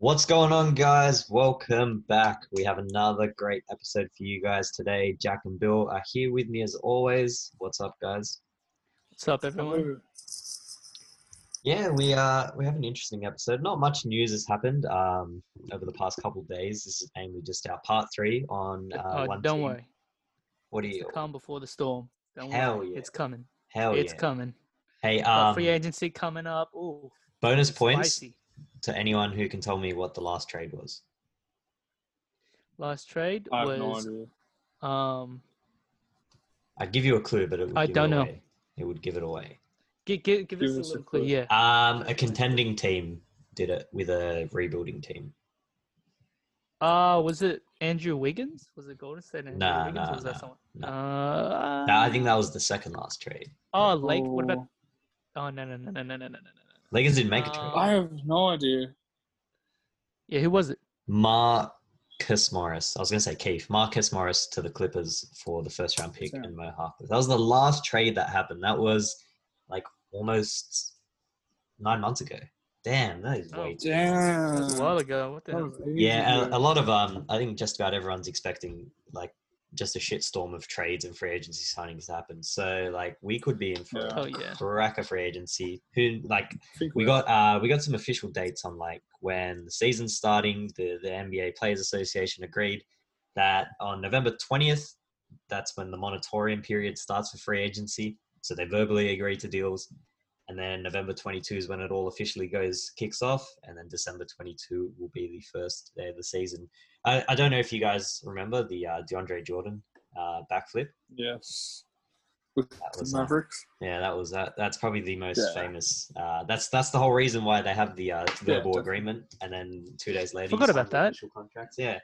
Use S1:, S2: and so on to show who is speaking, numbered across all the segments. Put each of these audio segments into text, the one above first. S1: What's going on, guys? Welcome back. We have another great episode for you guys today. Jack and Bill are here with me as always. What's up, guys?
S2: What's up, everyone?
S1: Yeah, we uh we have an interesting episode. Not much news has happened um over the past couple of days. This is mainly just our part three on uh,
S2: oh,
S1: one
S2: don't
S1: team.
S2: worry.
S1: What do
S2: It's the
S1: you?
S2: calm before the storm. Don't
S1: Hell
S2: worry.
S1: yeah.
S2: It's coming.
S1: Hell
S2: it's
S1: yeah!
S2: coming.
S1: hey,
S2: Got
S1: um,
S2: free agency coming up. Ooh,
S1: bonus
S2: it's
S1: points
S2: Spicy.
S1: to anyone who can tell me what the last trade was.
S2: Last trade
S3: I have no
S2: was
S3: idea.
S2: um.
S1: I'd give you a clue, but it would
S2: I
S1: give
S2: don't
S1: it
S2: know.
S1: away. It would give it away.
S2: Give, give, give, us a little clue. Yeah.
S1: Um, a contending team did it with a rebuilding team.
S2: Uh was it Andrew Wiggins? Was it Golden State? and Andrew
S1: Nah,
S2: Wiggins?
S1: nah,
S2: or was
S1: nah,
S2: that someone?
S1: nah.
S2: Uh,
S1: No, I think that was the second last trade.
S2: oh, Lake. What about?
S3: Oh,
S2: Oh no no no no no no no no. no.
S1: Lakers didn't make a
S2: Um,
S1: trade.
S3: I have no idea.
S2: Yeah, who was it?
S1: Marcus Morris. I was going to say Keith. Marcus Morris to the Clippers for the first round pick
S3: Sure.
S1: and Mo Harkless. That was the last trade that happened. That was like almost nine months ago. Damn, that is
S2: Oh.
S1: way too long.
S3: Damn.
S2: That was a while ago. What the
S3: That
S2: hell?
S3: was ages
S1: Yeah,
S3: ago.
S1: a, a lot of um. I think just about everyone's expecting like just a shitstorm of trades and free agency signings to happen. So like we could be in for
S3: Yeah.
S2: Oh
S1: a
S2: yeah.
S1: crack of free agency. Who like
S3: I think
S1: we got uh, we got some official dates on like when the season's starting. The the NBA Players Association agreed that on November twentieth, that's when the moratorium period starts for free agency. So they verbally agree to deals, and then November twenty two is when it all officially goes kicks off, and then December twenty two will be the first day of the season. I, I don't know if you guys remember the uh, DeAndre Jordan uh, backflip.
S3: Yes. With
S1: That
S3: the
S1: was uh,
S3: Mavericks.
S1: yeah, that was that. That's probably the most
S3: Yeah.
S1: famous. Uh, that's that's the whole reason why they have the uh, verbal
S3: definitely.
S1: agreement, and then two days later, you
S2: Forgot
S1: sign
S2: about
S1: the
S2: that.
S1: Official contracts. Yeah,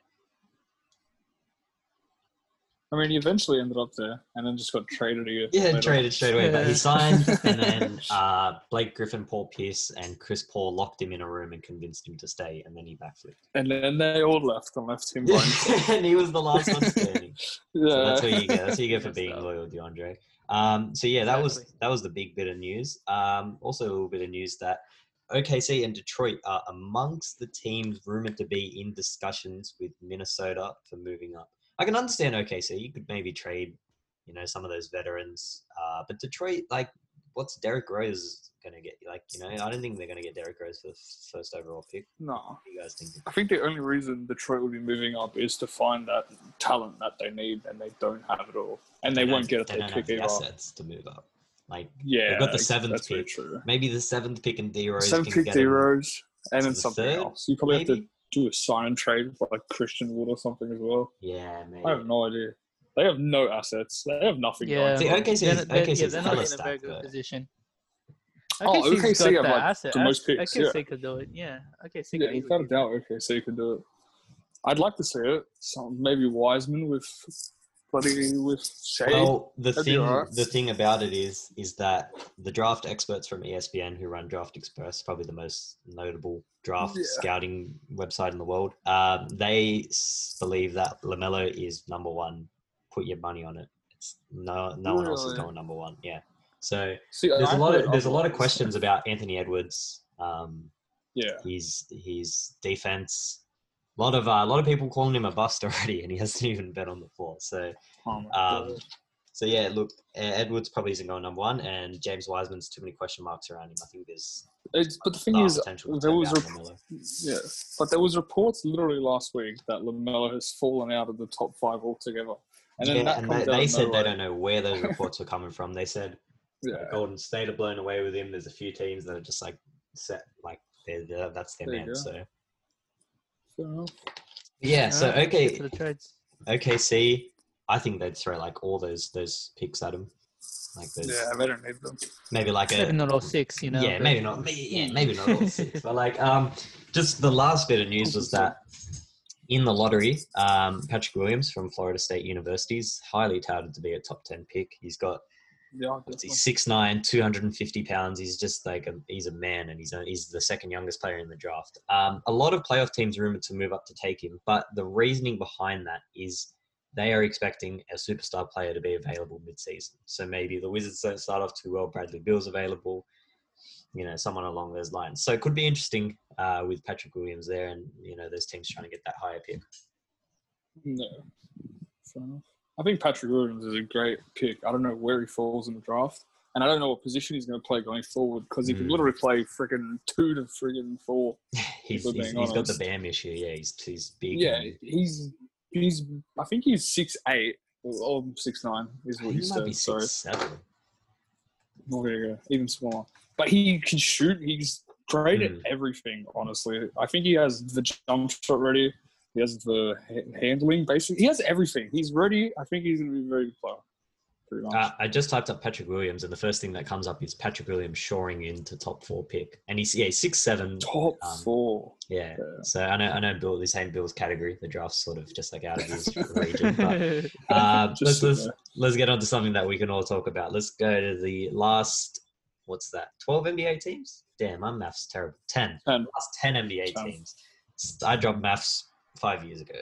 S3: I mean, he eventually ended up there and then just got traded again.
S1: yeah,
S3: later.
S1: traded straight away. But he
S2: Yeah.
S1: signed, and then uh, Blake Griffin, Paul Pierce, and Chris Paul locked him in a room and convinced him to stay, and then he backflipped.
S3: And then they all left and left him behind.
S1: and he was the last one standing.
S3: yeah.
S1: So that's what you get. That's what you get for
S2: Messed
S1: being
S2: up.
S1: loyal, DeAndre. Um, so yeah, that was
S2: Exactly.
S1: that was the big bit of news. Um, also a little bit of news that OKC and Detroit are amongst the teams rumored to be in discussions with Minnesota for moving up. I can understand OKC. You could maybe trade, you know, some of those veterans. Uh, but Detroit, like, what's Derrick Rose going to get? Like, you know, I don't think they're going to get Derrick Rose for the f- first overall pick.
S3: no.
S1: What do you guys think?
S3: I think the only reason Detroit would be moving up is to find that talent that they need and they don't have it all. And they,
S1: don't-
S3: won't get it.
S1: They
S3: They
S1: don't have
S3: pick
S1: the
S3: it up.
S1: assets to move up. Like,
S3: Yeah.
S1: got the seventh
S3: That's very
S1: pick.
S3: true.
S1: Maybe the seventh pick in D Rose.
S3: Seventh
S1: can
S3: pick,
S1: get
S3: D
S1: him,
S3: Rose, and
S1: to
S3: then
S1: the
S3: something
S1: third,
S3: else. You probably have to
S1: maybe?
S3: do a sign and trade with like Christian Wood or something as well.
S1: Yeah,
S3: I have
S1: maybe.
S3: no idea. They have no assets. They have nothing.
S2: Yeah.
S3: going
S1: See,
S3: for them.
S1: OKC
S2: They're,
S1: is
S2: not- they're-
S1: OKC
S2: yeah,
S1: is
S2: they're not
S1: hella
S2: in a very
S1: stacked.
S2: good
S1: though.
S2: position.
S3: Oh,
S2: OKC's
S3: OKC
S2: got
S3: have,
S2: the
S3: like,
S2: asset.
S3: the most
S2: As-
S3: picks, yeah.
S2: OKC could do it. Yeah, OKC could
S3: Yeah,
S2: easily
S3: without a
S2: do it.
S3: doubt, OKC could do it. I'd like to see it. Some maybe Wiseman with bloody with Shade.
S1: Well, the
S3: That'd be
S1: thing
S3: alright.
S1: the thing about it is is that the draft experts from E ESPN who run Draft Express, probably the most notable draft
S3: Yeah.
S1: scouting website in the world, um, they s- believe that Lamelo is number one. Put your money on it. It's no no one else is
S3: Really?
S1: going number one. Yeah. So
S3: See,
S1: there's
S3: I
S1: a lot
S3: heard
S1: of there's a lot of
S3: otherwise.
S1: questions about Anthony Edwards. Um,
S3: Yeah,
S1: his his defense. A lot of uh, a lot of people calling him a bust already, and he hasn't even been on the floor. So,
S3: Oh my
S1: um,
S3: God.
S1: so yeah, look, E- Edwards probably isn't going number one, and James Wiseman's too many question marks around him. I think there's
S3: It's- but the thing
S1: vast
S3: is,
S1: potential to
S3: there
S1: turn
S3: was
S1: down
S3: a-
S1: Lamelo.
S3: yeah, but there was reports literally last week that Lamelo has fallen out of the top five altogether, and then
S1: yeah,
S3: that
S1: and
S3: comes
S1: they,
S3: out
S1: they
S3: of
S1: said they
S3: nowhere.
S1: don't know where those reports were coming from. They said
S3: Yeah,
S1: Golden State are blown away with him. There's a few teams that are just like set like they're, they're, that's their
S3: There you
S1: man.
S3: go.
S1: So
S3: fair enough.
S1: yeah, so
S2: Alright, let's get
S1: okay,
S2: to the trades.
S1: OKC, I think they'd throw like all those those picks at him, like those
S3: Yeah, they don't need them.
S1: maybe like a
S2: Maybe not all six, you know.
S1: yeah,
S2: but-
S1: maybe not. may- Yeah, maybe not all six. But like, um, just the last bit of news was that in the lottery, um, Patrick Williams from Florida State University's highly touted to be a top ten pick. He's got
S3: Yeah, I
S1: what's he,
S3: guess
S1: 6'9", 250 pounds. He's just like a, he's a man, and he's a, he's the second youngest player in the draft. Um, a lot of playoff teams rumored to move up to take him, but the reasoning behind that is they are expecting a superstar player to be available mid-season. So maybe the Wizards don't start off too well. Bradley Bill's available. you know, someone along those lines. So it could be interesting uh, with Patrick Williams there, and you know, those teams trying to get that higher pick.
S3: No. Fair enough. I think Patrick Williams is a great pick. I don't know where he falls in the draft, and I don't know what position he's going to play going forward because he can
S1: Mm.
S3: literally play freaking two to friggin' four.
S1: he's
S3: we're
S1: he's,
S3: being
S1: he's got the
S3: honest.
S1: BAM issue. Yeah, he's he's big.
S3: Yeah,
S1: and-
S3: he's he's. I think he's six eight or six nine is what
S1: he
S3: you
S1: might be
S3: said.
S1: six
S3: Sorry,
S1: seven.
S3: oh, there you go. Even smaller, but he can shoot. He's great at
S1: Mm.
S3: everything. Honestly, I think he has the jump shot ready. He has the ha- handling. Basically, he has everything. He's ready. I think he's going to be a very good player. Pretty much.
S1: Uh, I just typed up Patrick Williams, and the first thing that comes up is Patrick Williams shoring into top four pick, and he's yeah six seven.
S3: Top
S1: um,
S3: four.
S1: Yeah.
S3: Yeah.
S1: So I know I know Bill. This ain't Bill's category. The draft's sort of just like out of his region, but
S2: But,
S1: uh, let's,
S3: Just
S1: let's,
S3: sit
S1: let's get on to something that we can all talk about. Let's go to the last, what's that, 12 NBA teams? Damn, my math's terrible. 10.
S3: Ten.
S1: Last 10 NBA
S3: Ten.
S1: teams. S- I dropped maths five years ago.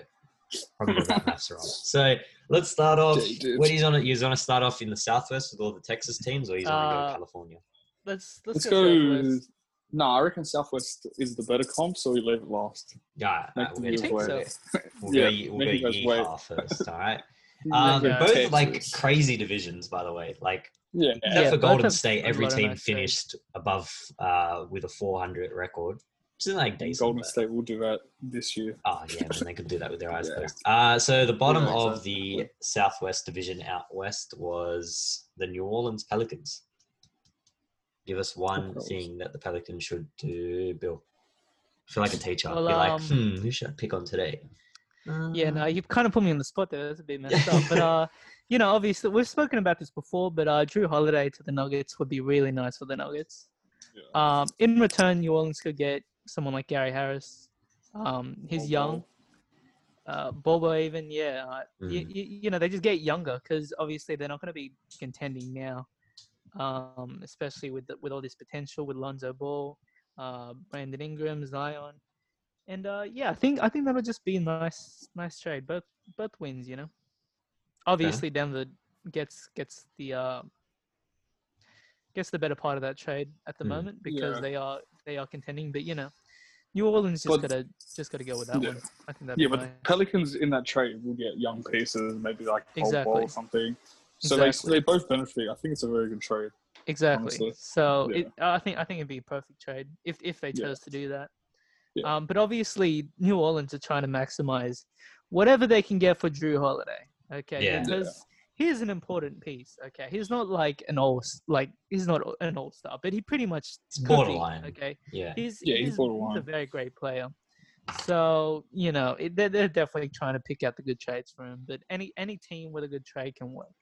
S1: Probably got that maths wrong. So let's start off.
S3: Yeah, you did.
S1: What do you want to, you want to start off in the Southwest with all the Texas teams or you want to go to
S2: Uh,
S1: California?
S2: let's
S3: Let's
S2: let's,
S3: go. No,
S2: Southwest.
S3: nah, I reckon Southwest is the better comp, so we leave it last.
S1: Yeah,
S3: Make
S1: alright,
S3: the
S1: we'll
S3: viewers
S1: get to
S2: think
S3: wait.
S2: so.
S1: we'll
S3: yeah,
S1: go, we'll
S3: make
S1: go
S3: you guys
S1: Yeehaw first, all right?
S3: Yeah,
S1: Um,
S2: Yeah.
S1: both like
S3: Texas.
S1: crazy divisions, by the way. Like
S3: Yeah.
S1: Except
S2: Yeah,
S1: for
S2: both
S1: Golden
S2: have
S1: State,
S2: a
S1: every
S2: lot of
S1: team
S2: nice teams.
S1: finished above uh, with a 400 record, which is like decent.
S3: Golden
S1: but-
S3: State will do that this year.
S1: Oh yeah, man, they could do that with their eyes
S3: Yeah.
S1: closed. Uh, so the bottom
S3: Yeah,
S1: of
S3: exactly.
S1: the Southwest Division out west was the New Orleans Pelicans. Give us one
S3: Pelicans.
S1: thing that the Pelicans should do, Bill. I feel like a teacher.
S2: Well,
S1: Be like,
S2: um,
S1: hmm, who should I pick on today?
S2: Yeah,
S1: Uh,
S2: no, you kind of put me on the spot there. That's a bit messed up. But uh, you know, obviously we've spoken about this before. But uh, Drew Holiday to the Nuggets would be really nice for the Nuggets. Um, in return, New Orleans could get someone like Gary Harris.
S1: Oh,
S2: Um, he's
S3: Or
S2: young. Uh, Bobo, even yeah, uh, you,
S1: Mm.
S2: you know they just get younger because obviously they're not going to be contending now, um, especially with the, with all this potential with Lonzo Ball, uh, Brandon Ingram, Zion, and uh, yeah, I think I think that'll just be a nice nice trade. Both both wins, you know. Obviously, Denver gets gets the uh, gets the better part of that trade at the
S1: Mm.
S2: moment because
S3: Yeah.
S2: they are they are contending. But you know, New Orleans just
S3: But-
S2: gotta just gotta go with that
S3: Yeah.
S2: one. I think that
S3: Yeah, but the Pelicans in that trade will get young pieces, maybe like Paul
S2: Exactly.
S3: Wall or something. So
S2: Exactly.
S3: they, they both benefit. I think it's a very good trade.
S2: Exactly.
S3: Honestly,
S2: So
S3: yeah.
S2: it, I think I think it'd be a perfect trade if if they
S3: Yeah.
S2: chose to do that.
S3: Yeah.
S2: Um, but obviously, New Orleans are trying to maximize whatever they can get for Drew Holiday. Okay,
S1: Yeah. Yeah.
S2: because here's an important piece. Okay, he's not like an all like he's not an all star, but he pretty much
S1: It's
S2: could be,
S1: borderline.
S2: Okay,
S1: yeah.
S2: he's
S3: Yeah, he's
S2: he's, he's a
S3: borderline.
S2: very great player. So you know it, they're, they're definitely trying to pick out the good trades for him. But any any team with a good trade can work.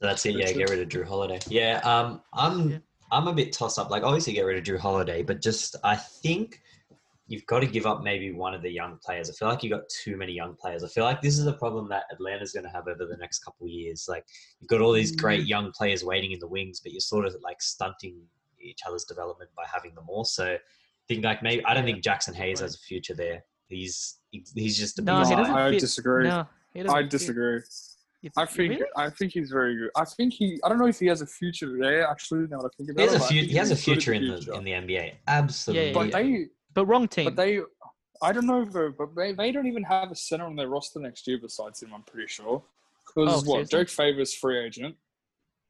S1: So that's it. Yeah,
S3: Richard.
S1: get rid of Drew Holiday. Yeah, um, I'm
S2: Yeah.
S1: I'm a bit toss up. Like, obviously, get rid of Drew Holiday, but just I think you've got to give up maybe one of the young players. I feel like you got too many young players. I feel like this is a problem that Atlanta's going to have over the next couple of years. Like, you've got all these
S2: Mm.
S1: great young players waiting in the wings, but you're sort of like stunting each other's development by having them all. So, I think like maybe I don't
S2: Yeah.
S1: think Jackson Hayes
S2: Right.
S1: has a future there. He's he's just a
S2: No, he
S1: big guy.
S2: doesn't
S3: I
S2: fit-
S3: disagree.
S2: No, he doesn't
S3: I
S2: fit.
S3: disagree.
S2: You
S3: I
S2: think-
S3: think
S2: really?
S3: I think he's very good. I think he. I don't know if he has a future there. Actually, now that I think about
S1: He has
S3: it,
S1: a
S3: but I
S1: few,
S3: think
S1: he has a
S3: he's good at
S1: future in the in the NBA. Absolutely.
S2: Yeah,
S3: But they,
S2: But wrong team.
S3: but they, I don't know, bro, but they, they don't even have a center on their roster next year besides him. I'm pretty sure. Because
S2: Oh,
S3: what?
S2: seriously?
S3: Derek Favors free agent.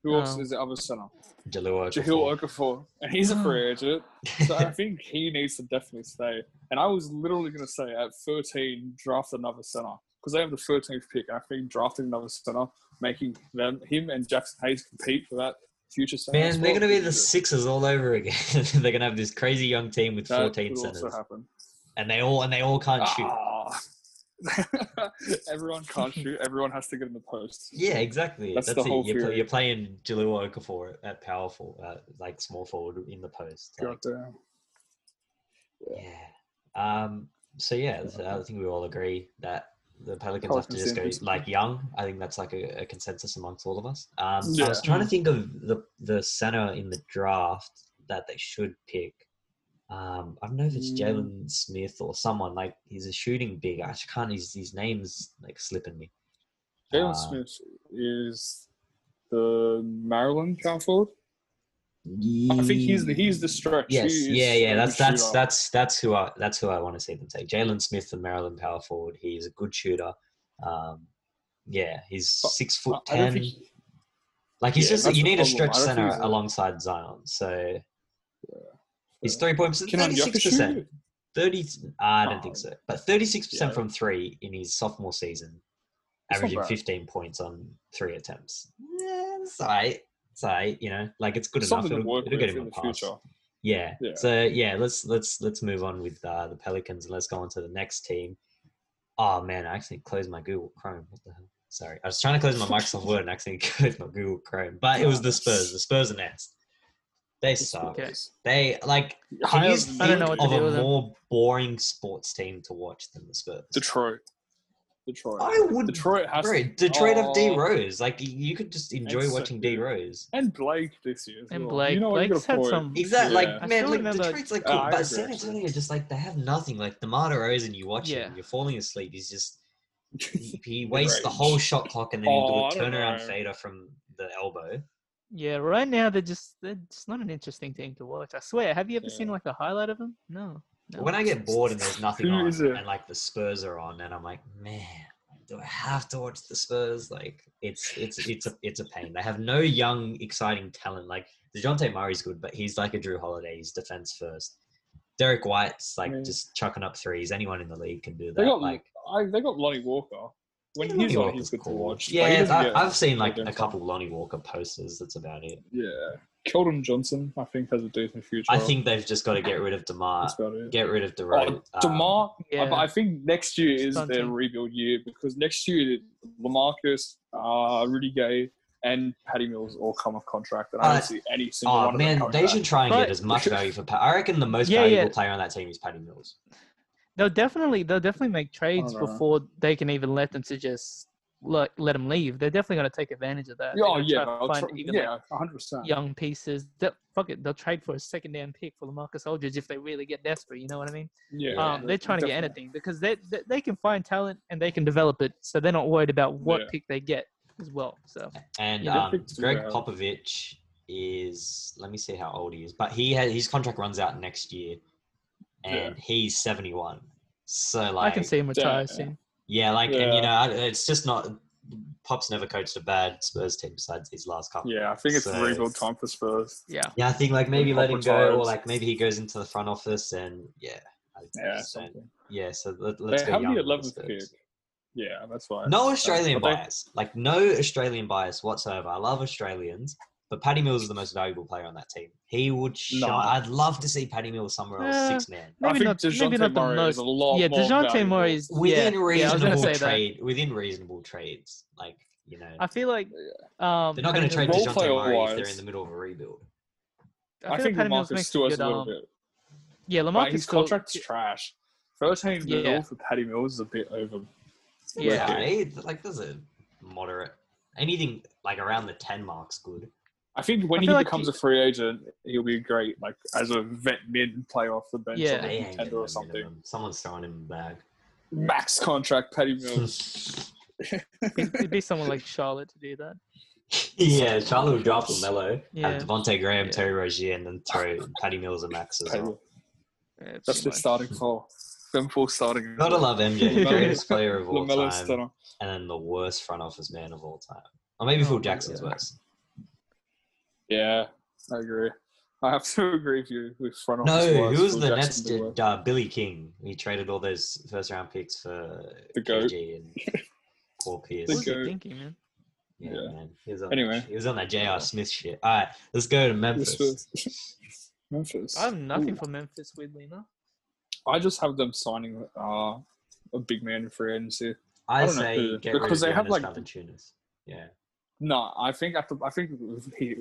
S3: Who else
S2: Oh.
S3: is the other center?
S1: Jalua Okafor.
S3: Jahil Okafor, and he's a free agent. So I think he needs to definitely stay. And I was literally going to say at 13, draft another center because they have the 13th pick. I think drafting another center, making them him and Jackson Hayes compete for that future center.
S1: Man,
S3: as
S1: they're
S3: well,
S1: gonna be
S3: would
S1: the
S3: good.
S1: Sixers all over again. they're gonna have this crazy young team with
S3: That
S1: fourteen
S3: could
S1: centers,
S3: also happen.
S1: and they all and they all can't shoot.
S3: Ah. everyone can't shoot. Everyone has to get in the post.
S1: Yeah, exactly. That's,
S3: That's the
S1: it.
S3: whole
S1: you're, pl-
S3: theory.
S1: you're playing Jalua Okafor at powerful, uh, like small forward in the post. Like,
S3: Goddamn.
S1: yeah. Um. So yeah, so I think we all agree that the Pelicans have to
S3: Pelicans
S1: just go
S3: definitely.
S1: like young. I think that's like a, a consensus amongst all of us. Um. I was
S3: Yeah.
S1: trying to think of the the center in the draft that they should pick. Um, I don't know if it's
S3: Mm.
S1: Jalen Smith or someone like he's a shooting big. I just can't. His his name's like slipping me.
S3: Jalen
S1: Uh,
S3: Smith is the Maryland power forward. I think he's the, he's the stretch.
S1: Yes,
S3: He is
S1: yeah, yeah.
S3: a
S1: That's
S3: good
S1: that's
S3: shooter.
S1: that's that's who I that's who I want to see them take. Jalen Smith, the Maryland power forward. He's a good shooter. Um, yeah, he's
S3: But
S1: six foot
S3: Uh, I- I don't
S1: ten.
S3: think-
S1: like he's
S3: yeah,
S1: just
S3: that's
S1: you
S3: the
S1: need a
S3: problem.
S1: stretch
S3: I don't think
S1: center
S3: he's a-
S1: alongside Zion. So his three point
S3: Can I
S1: thirty
S3: Jokic
S1: six
S3: shoot?
S1: percent.
S3: it?
S1: Thirty. I don't
S3: Oh.
S1: think so. But thirty six
S3: Yeah.
S1: percent from three in his sophomore season,
S3: That's not
S1: averaging
S3: bad.
S1: fifteen points on three attempts. Yeah, it's alright. It's alright. You know, like it's good enough.
S3: Something to
S1: It'll,
S3: work
S1: it'll
S3: with
S1: get him
S3: in
S1: a
S3: the
S1: pass.
S3: future.
S1: Yeah.
S3: Yeah.
S1: So yeah, let's let's let's move on with uh, the Pelicans and let's go on to the next team. Oh man, I actually closed my Google Chrome. What the hell? Sorry, I was trying to close my Microsoft Word and actually closed my Google Chrome. But it was the Spurs. The Spurs are next. They suck.
S2: Okay.
S1: They like. Can
S3: Higher
S1: you
S3: than
S1: think
S2: I don't know what to
S1: of
S2: do
S1: a
S2: with them.
S1: more boring sports team to watch than the Spurs?
S3: Detroit. Detroit.
S1: I would. Detroit,
S3: Detroit has
S1: bro,
S3: to,
S1: Detroit have D
S3: Oh.
S1: Rose. Like you could just enjoy
S3: That's so
S1: watching D
S3: good.
S1: Rose.
S3: and Blake this year. as
S2: And
S3: well.
S2: Blake.
S3: You know what, you
S2: Blake's
S3: got a
S2: had
S3: point.
S2: some.
S1: Exactly.
S3: Yeah.
S1: Like
S2: I
S1: man,
S2: still
S1: like
S2: remember-
S1: Detroit's like
S3: Uh,
S1: cool,
S3: I
S1: but
S3: agree,
S1: San
S3: actually.
S1: Antonio just like they have nothing. Like Demar Derozan, you watch
S2: Yeah.
S1: him, you're falling asleep. He's just he, he wastes the whole
S3: Rage.
S1: shot clock, and then
S3: Oh, I
S1: you do a
S3: don't
S1: turnaround
S3: know.
S1: fader from the elbow.
S2: Yeah, right now they're just they're just not an interesting team to watch. I swear. Have you ever seen
S3: Yeah.
S2: like a highlight of them? No. no.
S1: When I get bored and there's nothing
S3: Who
S1: on,
S3: is it?
S1: and like the Spurs are on, and I'm like, man, do I have to watch the Spurs? Like it's it's it's a it's a pain. They have no young exciting talent. Like Dejounte Murray's good, but he's like a Drew Holiday. He's defense first. Derek White's like
S3: Yeah.
S1: just chucking up threes. Anyone in the league can do that.
S3: They got
S1: like
S3: I, they got Lonnie Walker. When
S1: Lonnie
S3: he's on,
S1: Walker's
S3: he's good to
S1: cool.
S3: watch. Like, he
S1: Yeah,
S3: doesn't
S1: I,
S3: get-
S1: I've seen like
S3: doesn't
S1: a
S3: get
S1: couple Lonnie Walker posters. That's about it.
S3: Yeah, Keldon Johnson, I think, has a decent future.
S1: I think they've just got to get rid of Demar,
S3: that's about it.
S1: get uh, rid of
S3: Oh,
S1: DeRozan.
S3: Demar, I-
S2: Yeah.
S3: but I think next year is their
S2: Stunting.
S3: rebuild year because next year Lamarcus, uh, Rudy Gay, and Patty Mills all come off contract, and I
S1: Uh,
S3: don't see any single one
S1: oh
S3: of them
S1: man,
S3: coming
S1: they
S3: back.
S1: should try and get
S2: But-
S1: as much value for. Pa- I reckon the most
S2: Yeah,
S1: valuable
S2: yeah.
S1: player on that team is Patty Mills.
S2: They'll definitely they'll definitely make trades
S3: don't know.
S2: before they can even let them to just like let them leave. They're definitely going to take advantage of that. They're
S3: Oh
S2: gonna
S3: yeah,
S2: try to
S3: I'll
S2: find
S3: try,
S2: even, like,
S3: yeah, hundred percent.
S2: young pieces. They'll, fuck it, they'll trade for a second down pick for Lamarcus Aldridge if they really get desperate. You know what I mean?
S3: Yeah,
S2: um, they're trying to get
S3: definitely.
S2: anything because they, they they can find talent and they can develop it, so they're not worried about what
S3: Yeah.
S2: pick they get as well. So
S1: And
S3: Yeah, they
S1: um,
S3: picked
S1: Greg
S3: Zubair.
S1: Popovich is. Let me see how old he is, but he has his contract runs out next year, and he's seventy one. So like
S2: I can see him retire
S3: yeah.
S2: soon.
S1: Yeah, like, and you
S3: Yeah.
S1: know, I- it's just not. Pop's never coached a bad Spurs team besides his last couple.
S3: Yeah, I think it's
S1: So-
S3: rebuild time for Spurs.
S2: Yeah,
S1: Yeah, I think like maybe
S3: Pop
S1: let him
S3: retires.
S1: go, or like maybe he goes into the front office, and yeah, I
S3: Yeah,
S1: just don't-
S3: something.
S1: yeah. So let,
S3: They
S1: let's go
S3: have
S1: young
S3: the
S1: with the
S3: eleventh pick.
S1: Spurs.
S3: Yeah, that's why.
S1: No Australian
S3: But they-
S1: bias, like no Australian bias whatsoever. I love Australians, but Paddy Mills is the most valuable player on that team. He would. Sh-
S3: No.
S1: I'd love to see Paddy Mills somewhere else,
S2: Yeah.
S1: six man.
S3: I
S2: maybe
S3: think
S2: not maybe
S3: DeJounte
S2: not the
S3: Murray is
S2: most.
S3: a lot
S2: Yeah,
S3: more
S2: Dejounte
S3: valuable.
S2: Murray is
S1: Within
S2: yeah, yeah, I was gonna
S1: reasonable
S2: say that.
S1: trade, within reasonable trades, like you know,
S2: I feel like um,
S1: they're not going
S2: Patty
S1: to trade
S2: Mills-
S3: Role
S1: Dejounte
S3: player
S1: Murray if they're
S3: wise-
S1: in the middle of a rebuild.
S2: I,
S3: I
S2: feel like
S3: think
S2: Patty Mills
S3: Lamarcus
S2: makes
S3: still
S2: a
S3: has
S2: good.
S3: a little
S2: Um,
S3: bit.
S2: yeah,
S3: But
S2: Lamarcus
S3: his
S2: still-
S3: contract's trash. Thirteen
S2: Yeah.
S3: mil for Patty Mills is a bit over.
S2: Yeah.
S1: Yeah, like there's a moderate anything like around the ten marks good.
S3: I think when
S2: I
S3: he
S2: feel like
S3: becomes
S2: he-
S3: a free agent, he'll be great, like as a vet mid player off the bench
S2: Yeah.
S3: or
S1: They
S3: a
S1: ain't getting
S3: contender
S1: no
S3: or something.
S1: minimum. Someone's throwing him back.
S3: Max contract, Patty Mills.
S2: it'd be- it'd be someone like Charlotte to do that.
S1: yeah, Charlotte will drop Lamelo,
S2: Yeah.
S1: have Devonte Graham,
S2: Yeah.
S1: Terry Rozier, and then throw Patty Mills and Max as
S3: Patty
S1: well.
S3: Mills.
S2: Yeah,
S3: That's
S2: pretty
S3: the
S2: much.
S3: starting four. Them four starting.
S1: Gotta love MJ,
S2: Lamelo-
S1: greatest player of all
S3: Lamelo
S1: time,
S3: Stunner.
S1: and then the worst front office man of all time. Or maybe
S2: Oh
S1: Phil
S2: my
S1: Jackson's
S2: God.
S1: worse.
S3: Yeah, I agree. I have to agree with you with front office.
S1: No,
S3: wise,
S1: who was
S3: Phil
S1: the
S3: Jackson
S1: Nets?
S3: did well.
S1: Did, uh, Billy King. He traded all those first round picks for
S3: The goat.
S1: KG and Paul Pierce.
S2: What was he
S3: go-
S2: thinking, man?
S1: Yeah,
S3: Yeah.
S1: man. He was on
S3: Anyway.
S1: that, he was on that J.R. Smith shit. All right, let's go to Memphis.
S3: This was- Memphis.
S2: I have nothing
S3: Ooh.
S2: for Memphis, weirdly enough.
S3: I just have them signing uh, a big man in free agency.
S1: I,
S3: I don't know
S1: say
S3: who-
S1: get because rid they have like Valanciunas. Yeah,
S3: No, I think after, I think he,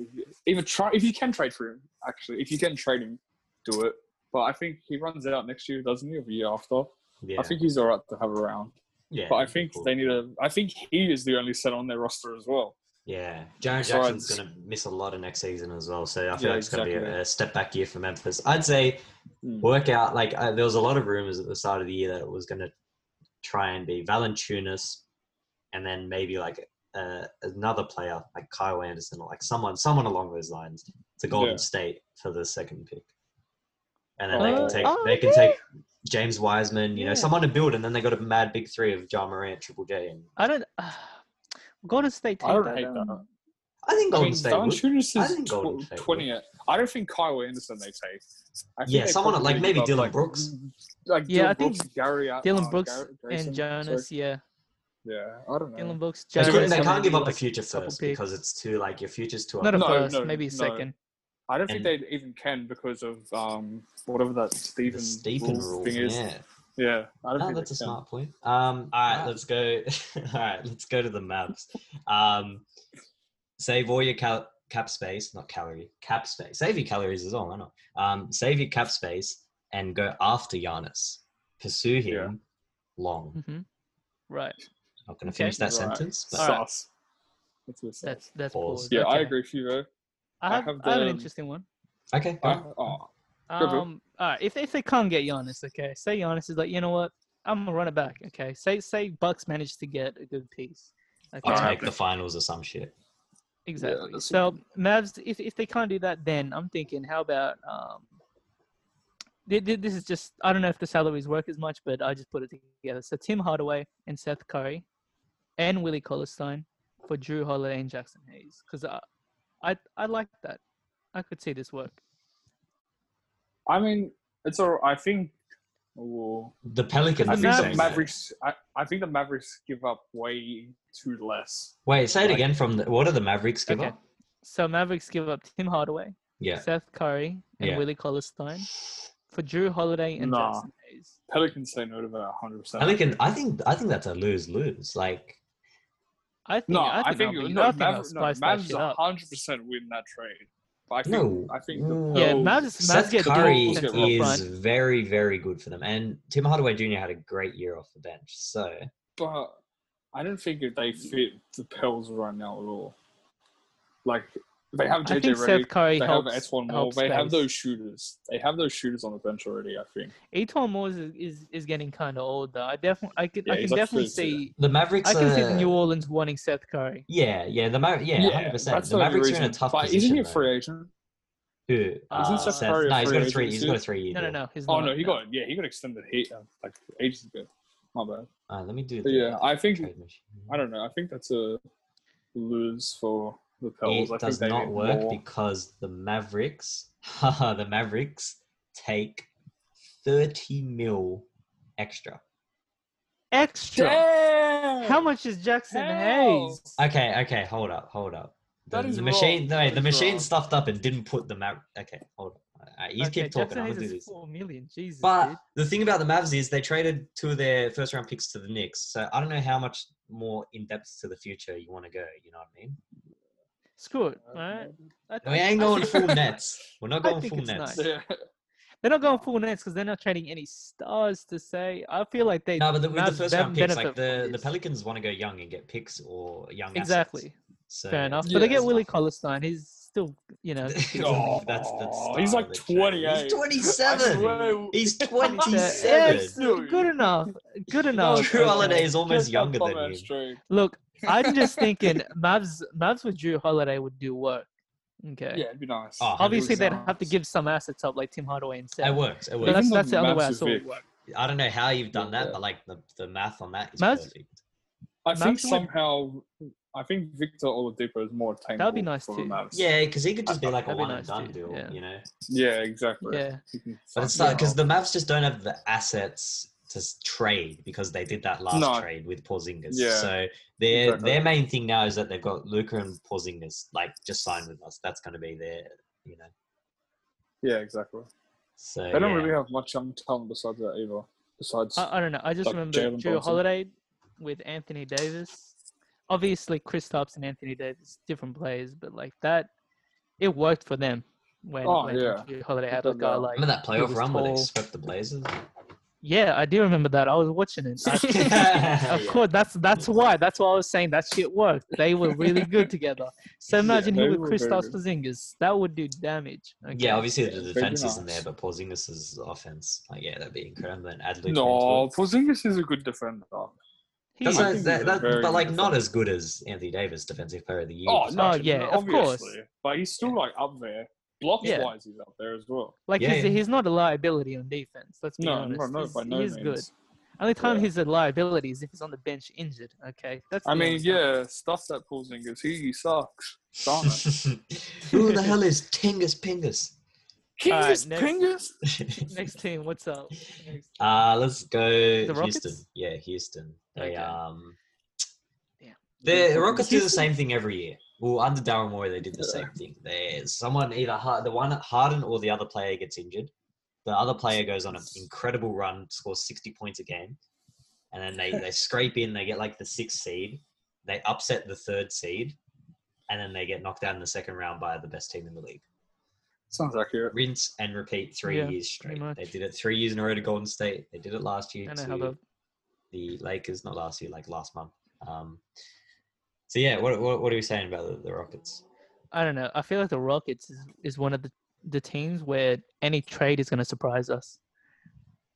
S3: even try if you can trade for him. Actually, if you can trade him, do it. But I think he runs out next year, doesn't he? Or the year after.
S1: yeah,
S3: I think he's all right to have around.
S1: yeah.
S3: But I think
S1: cool.
S3: they need a. I think he is the only set on their roster as well.
S1: Yeah, Jaron
S3: Sorry,
S1: Jackson's
S3: it's-
S1: going to miss a lot of next season as well. So I feel
S3: Yeah,
S1: like it's going to be
S3: exactly.
S1: a, a step back year for Memphis. I'd say
S3: Mm.
S1: work out like uh, there was a lot of rumors at the start of the year that it was going to try and be Valanciunas, and then maybe like uh, another player like Kyle Anderson or like someone someone along those lines to Golden
S3: Yeah.
S1: State for the second pick, and then they can
S3: Oh,
S1: take
S2: oh,
S1: they can
S2: yeah.
S1: take James Wiseman, you know,
S2: Yeah.
S1: someone to build, and then they got a mad big three of John Morant, Triple J, and
S2: I don't. Uh, Golden State.
S3: I
S2: take
S3: don't
S2: that,
S3: hate
S2: um,
S3: that.
S1: I think
S3: I
S1: Golden
S3: mean,
S1: State. Would.
S3: Valanciunas
S1: I
S3: is
S1: think Golden State
S3: tw-
S1: would.
S3: 20th. I don't think Kyle Anderson they take. I think
S1: Yeah,
S3: they
S1: someone
S3: probably
S1: like maybe
S3: give
S1: Dylan
S3: up,
S1: Brooks.
S3: Like
S2: Yeah,
S3: Dylan
S2: I think
S3: Brooks, Gary, uh,
S2: Dylan
S3: uh,
S2: Brooks
S3: Gar- Grayson,
S2: and Jonas.
S3: sorry.
S2: Yeah,
S3: Yeah, I don't know.
S2: Dylan Brooks.
S1: They,
S2: Jonas,
S1: couldn't, they
S2: and
S1: can't give
S2: maybe
S1: up a
S2: like
S1: future
S2: couple
S1: first
S2: picks.
S1: because it's too like your future's too.
S2: Not a
S3: No,
S2: first,
S3: no,
S2: maybe a
S3: no.
S2: second.
S3: I don't
S1: And-
S3: think they even can because of um whatever that Stephen,
S1: the Stephen
S3: Wolf
S1: rule.
S3: thing is.
S1: Yeah.
S3: Yeah, I don't
S1: No,
S3: think
S1: that's
S3: they
S1: a
S3: can.
S1: smart point. Um, all right,
S3: Wow.
S1: let's go. all right, let's go to the maps. Um, save all your cal- cap space, not calorie, cap space. Save your calories as well. Why not? Um, save your cap space and go after Giannis. Pursue him
S3: Yeah.
S1: long.
S2: hmm Right.
S1: Not going to
S2: Okay.
S1: finish that
S3: Right.
S1: sentence. But
S2: All right.
S3: Sauce. That's what it says.
S2: That's that's
S1: Pause.
S2: pause.
S3: Yeah, I
S2: Okay.
S3: agree with you, bro.
S2: I
S3: I
S2: have, I have, an
S3: have the-
S2: interesting one.
S1: okay, go
S3: I,
S1: on.
S3: oh, Go, bro.
S2: Um, all right. If if they can't get Giannis, okay, say Giannis is like, you know what, I'm gonna run it back. Okay, say say Bucks managed to get a good piece. Okay,
S1: I'll
S3: Alright.
S1: take the finals or some shit.
S2: exactly.
S3: that's-
S2: so Mavs, if if they can't do that, then I'm thinking, how about um. thi- thi- This is just I don't know if the salaries work as much, but I just put it together. So Tim Hardaway and Seth Curry, and Willie Collistein for Drew Holiday and Jackson Hayes because I, I I like that. I could see this work.
S3: I mean, it's all. I think. Well,
S1: The Pelicans.
S3: I
S1: are
S3: think
S2: Mavs-
S3: the
S1: saying that.
S3: Mavericks. I, I think the Mavericks give up way too less.
S1: Wait, say it
S3: like-
S1: again. From the, what do the Mavericks give
S2: Okay.
S1: up?
S2: So Mavericks give up Tim Hardaway,
S1: Yeah.
S2: Seth Curry, and
S1: Yeah.
S2: Willie Collistein for Drew Holiday and
S3: Nah.
S2: Jackson Hayes.
S3: Pelicans say no to that 100. percent
S1: Pelican. I think. I think that's a lose lose. Like.
S2: I think
S3: No,
S2: I think, I'll be-
S3: no,
S2: I think I'll
S3: Mavericks, no,
S2: spice that
S3: Mavs
S2: shit up.
S3: 100 percent win that trade. But I think,
S1: No.
S3: I think the
S1: Mm.
S2: Yeah, Mavs,
S3: Pelicans-
S2: Mavs
S1: Seth
S2: get
S1: Curry
S2: the
S3: get
S2: central
S1: is
S2: front.
S1: very, very good for them. And Tim Hardaway Jr. had a great year off the bench. So
S3: but I don't think that they fit the Pels right now at all. Like they have
S2: I think
S3: JJ Redick,
S2: Seth Curry
S3: they have
S2: helps.
S3: Antoine Moore,
S2: helps
S3: they have
S2: space.
S3: those shooters. They have those shooters on the bench already. I think.
S2: Antoine Moore is, is, is getting kind of old though. I definitely I can
S3: Yeah,
S2: I can
S3: he's up
S2: definitely
S3: for it, yeah.
S2: see
S1: the Mavericks
S2: I can see the
S1: are-
S2: New Orleans wanting Seth Curry.
S1: Yeah, yeah, the Maver- yeah, hundred percent.
S3: that's
S1: The
S3: the only
S1: Mavericks are in a
S3: reason.
S1: tough
S3: but
S1: position.
S3: Isn't he a
S1: though.
S3: free agent?
S1: Who? Uh,
S3: Seth
S1: Seth-
S3: Curry a
S1: no, he's
S3: free
S1: got a three.
S3: agent
S1: He's
S3: too?
S1: got a three.
S2: No, no, no. He's
S3: Oh
S2: not,
S3: no, he got yeah, he got extended heat uh, like ages ago. My bad.
S1: Uh, let me do.
S3: But
S1: the
S3: yeah, I think
S1: trade machine.
S3: I don't know. I think that's a lose for the Pels. I
S1: It does
S3: think they
S1: not
S3: need
S1: work
S3: more.
S1: because the Mavericks, the Mavericks take thirty mil extra.
S2: extra.
S3: Damn!
S2: How much is Jackson
S3: Hell!
S2: Hayes?
S1: Okay, okay, hold up, hold up. The,
S3: That is
S1: the machine,
S3: wrong.
S1: no,
S3: That
S1: wait, the
S3: is
S1: machine
S3: wrong.
S1: stuffed up and didn't put the map. Okay, hold on. Alright, you
S2: Okay,
S1: keep talking.
S2: Jackson
S1: I'm
S2: Hayes
S1: gonna do this.
S2: is four million. Jesus,
S1: But
S2: dude.
S1: the thing about the Mavs is they traded two of their first round picks to the Knicks, so I don't know how much more in depth to the future you want to go. You know what I mean?
S2: Screw it, right? I
S1: We
S2: think-
S1: ain't
S2: I
S1: going
S2: think-
S1: full nets. We're not
S2: I
S1: going
S2: think
S1: full
S2: it's
S1: nets.
S2: nice.
S3: Yeah.
S2: They're not going full nets because they're not trading any stars to say. I feel like they.
S1: No, but the, with the
S2: Mavs
S1: first
S2: ben-
S1: round picks, like
S2: benefit from
S1: the, the
S2: this.
S1: Pelicans want to go young and get picks or young assets.
S2: Exactly.
S1: So,
S2: Fair enough.
S1: yeah.
S2: But they
S3: Yeah.
S2: get Willie Collistein. He's still, you know.
S1: Oh, that's the
S3: Aw, he's
S1: style
S3: like
S1: of the trade.
S3: 28.
S1: He's
S3: I
S1: 27.
S3: swear-
S1: He's
S2: he's, uh,
S1: 27.
S2: yeah, he's still good enough. Good
S3: No,
S2: enough.
S1: Drew
S2: okay.
S1: Holiday is almost
S3: Just
S1: younger
S3: that
S1: than
S3: bomb
S1: him.
S3: straight.
S2: Look, I'm just thinking Mavs Mavs with Drew Holiday would do work. Okay.
S3: Yeah, it'd be nice.
S1: Oh,
S2: Obviously, they'd
S3: 100%.
S2: have to give some assets up, like Tim Hardaway and Seth.
S1: It works. It
S2: But
S3: Even
S1: works.
S2: that's
S3: though
S2: that's the only way I
S3: Mavs
S2: saw
S3: with
S2: it work.
S1: I don't know how you've done that,
S3: Yeah.
S1: but like the, the math on that is
S2: Math-
S1: perfect.
S3: I think
S2: Mavs would-
S3: somehow, I think Victor Oladipo is more attainable.
S2: That'd be nice
S3: for
S2: too.
S3: Mavs.
S1: Yeah, because he could just be like a
S2: That'd be
S1: one and
S2: nice
S1: done
S2: too,
S1: deal,
S2: yeah.
S1: you know.
S3: Yeah, exactly.
S2: Yeah.
S3: You can
S1: But it's
S3: fuck
S1: like because
S3: it
S1: the Mavs just don't have the assets to s- trade because they did that last
S3: No.
S1: trade with Porzingis.
S3: Yeah,
S1: So their
S3: exactly.
S1: their main thing now is that they've got Luca and Porzingis like just signed with us. That's going to be their you know.
S3: up. yeah, exactly.
S1: So
S3: They don't
S1: yeah.
S3: really have much young talent besides that either. Besides,
S2: I, I don't know. I just
S3: Like
S2: remember
S3: Jalen
S2: Drew
S3: Brunson.
S2: Holiday with Anthony Davis. Obviously, Chris and Anthony Davis, different players, but like that, it worked for them when,
S3: Oh,
S2: when
S3: yeah.
S2: Drew Holiday had a
S3: Without
S2: guy
S3: doubt.
S2: like.
S1: Remember that playoff
S2: was
S1: run where they
S2: tall.
S1: swept the Blazers?
S2: Yeah, I do remember that. I was watching it. I-
S1: Yeah.
S2: of course, that's that's why. That's why I was saying that shit worked. They were really good together. So
S3: Yeah,
S2: imagine
S3: they
S2: him with
S3: were
S2: Chris
S3: very
S2: Stops
S3: good.
S2: Porzingis. That would do damage. okay?
S1: Yeah, obviously
S3: Yeah,
S1: the
S3: very
S1: defense isn't there,
S3: nice.
S1: but Porzingis' offense, like yeah, that'd be incredible. And add Luka into it.
S3: no, Porzingis is a good defender.
S2: He
S1: That's
S3: I
S1: what-
S3: think
S1: that-
S3: he's a
S1: that-
S3: very
S1: but like
S3: good
S1: not
S3: defender.
S1: as good as Anthony Davis, Defensive Player of the Year.
S3: Oh
S1: So-
S3: no,
S2: yeah,
S3: no,
S2: of course.
S3: obviously. But he's still like up there. Blocks wise, he's up there as well.
S2: Like
S1: Yeah,
S2: he's,
S1: yeah.
S2: he's not a liability on defense. Let's be
S3: No,
S2: honest.
S3: no, no,
S2: he's,
S3: by no
S2: he's
S3: means.
S2: good. Only time
S3: Yeah.
S2: he's a liability is if he's on the bench injured. Okay, that's.
S3: I
S2: the
S3: mean,
S2: honest answer.
S3: yeah, stuff that pulls in because he sucks. Darn it.
S1: Who the hell is Tingus Pingus?
S3: Kingus,
S2: next.
S3: Pingus.
S2: Next team, what's up? Next-
S1: uh, let's go
S2: Rockets?
S1: Houston. Yeah, Houston. They
S2: Okay.
S1: um,
S2: Yeah.
S1: the Rockets do the same thing every year. Well, under Darren Moore, they did the same thing. They someone either Har- the one Harden or the other player gets injured. The other player goes on an incredible run, scores sixty points a game, and then they they scrape in. They get like the sixth seed. They upset the third seed, and then they get knocked out in the second round by the best team in the league
S3: Sounds accurate.
S1: rinse and repeat three
S2: Yeah,
S1: years straight.
S2: much.
S1: They did it three years in a row to Golden State. They did it last year
S2: I know
S1: to
S2: how the
S1: the Lakers, not last year, like last month. Um, so yeah, what, what what are we saying about the, the Rockets?
S2: I don't know. I feel like the Rockets is, is one of the, the teams where any trade is going to surprise us.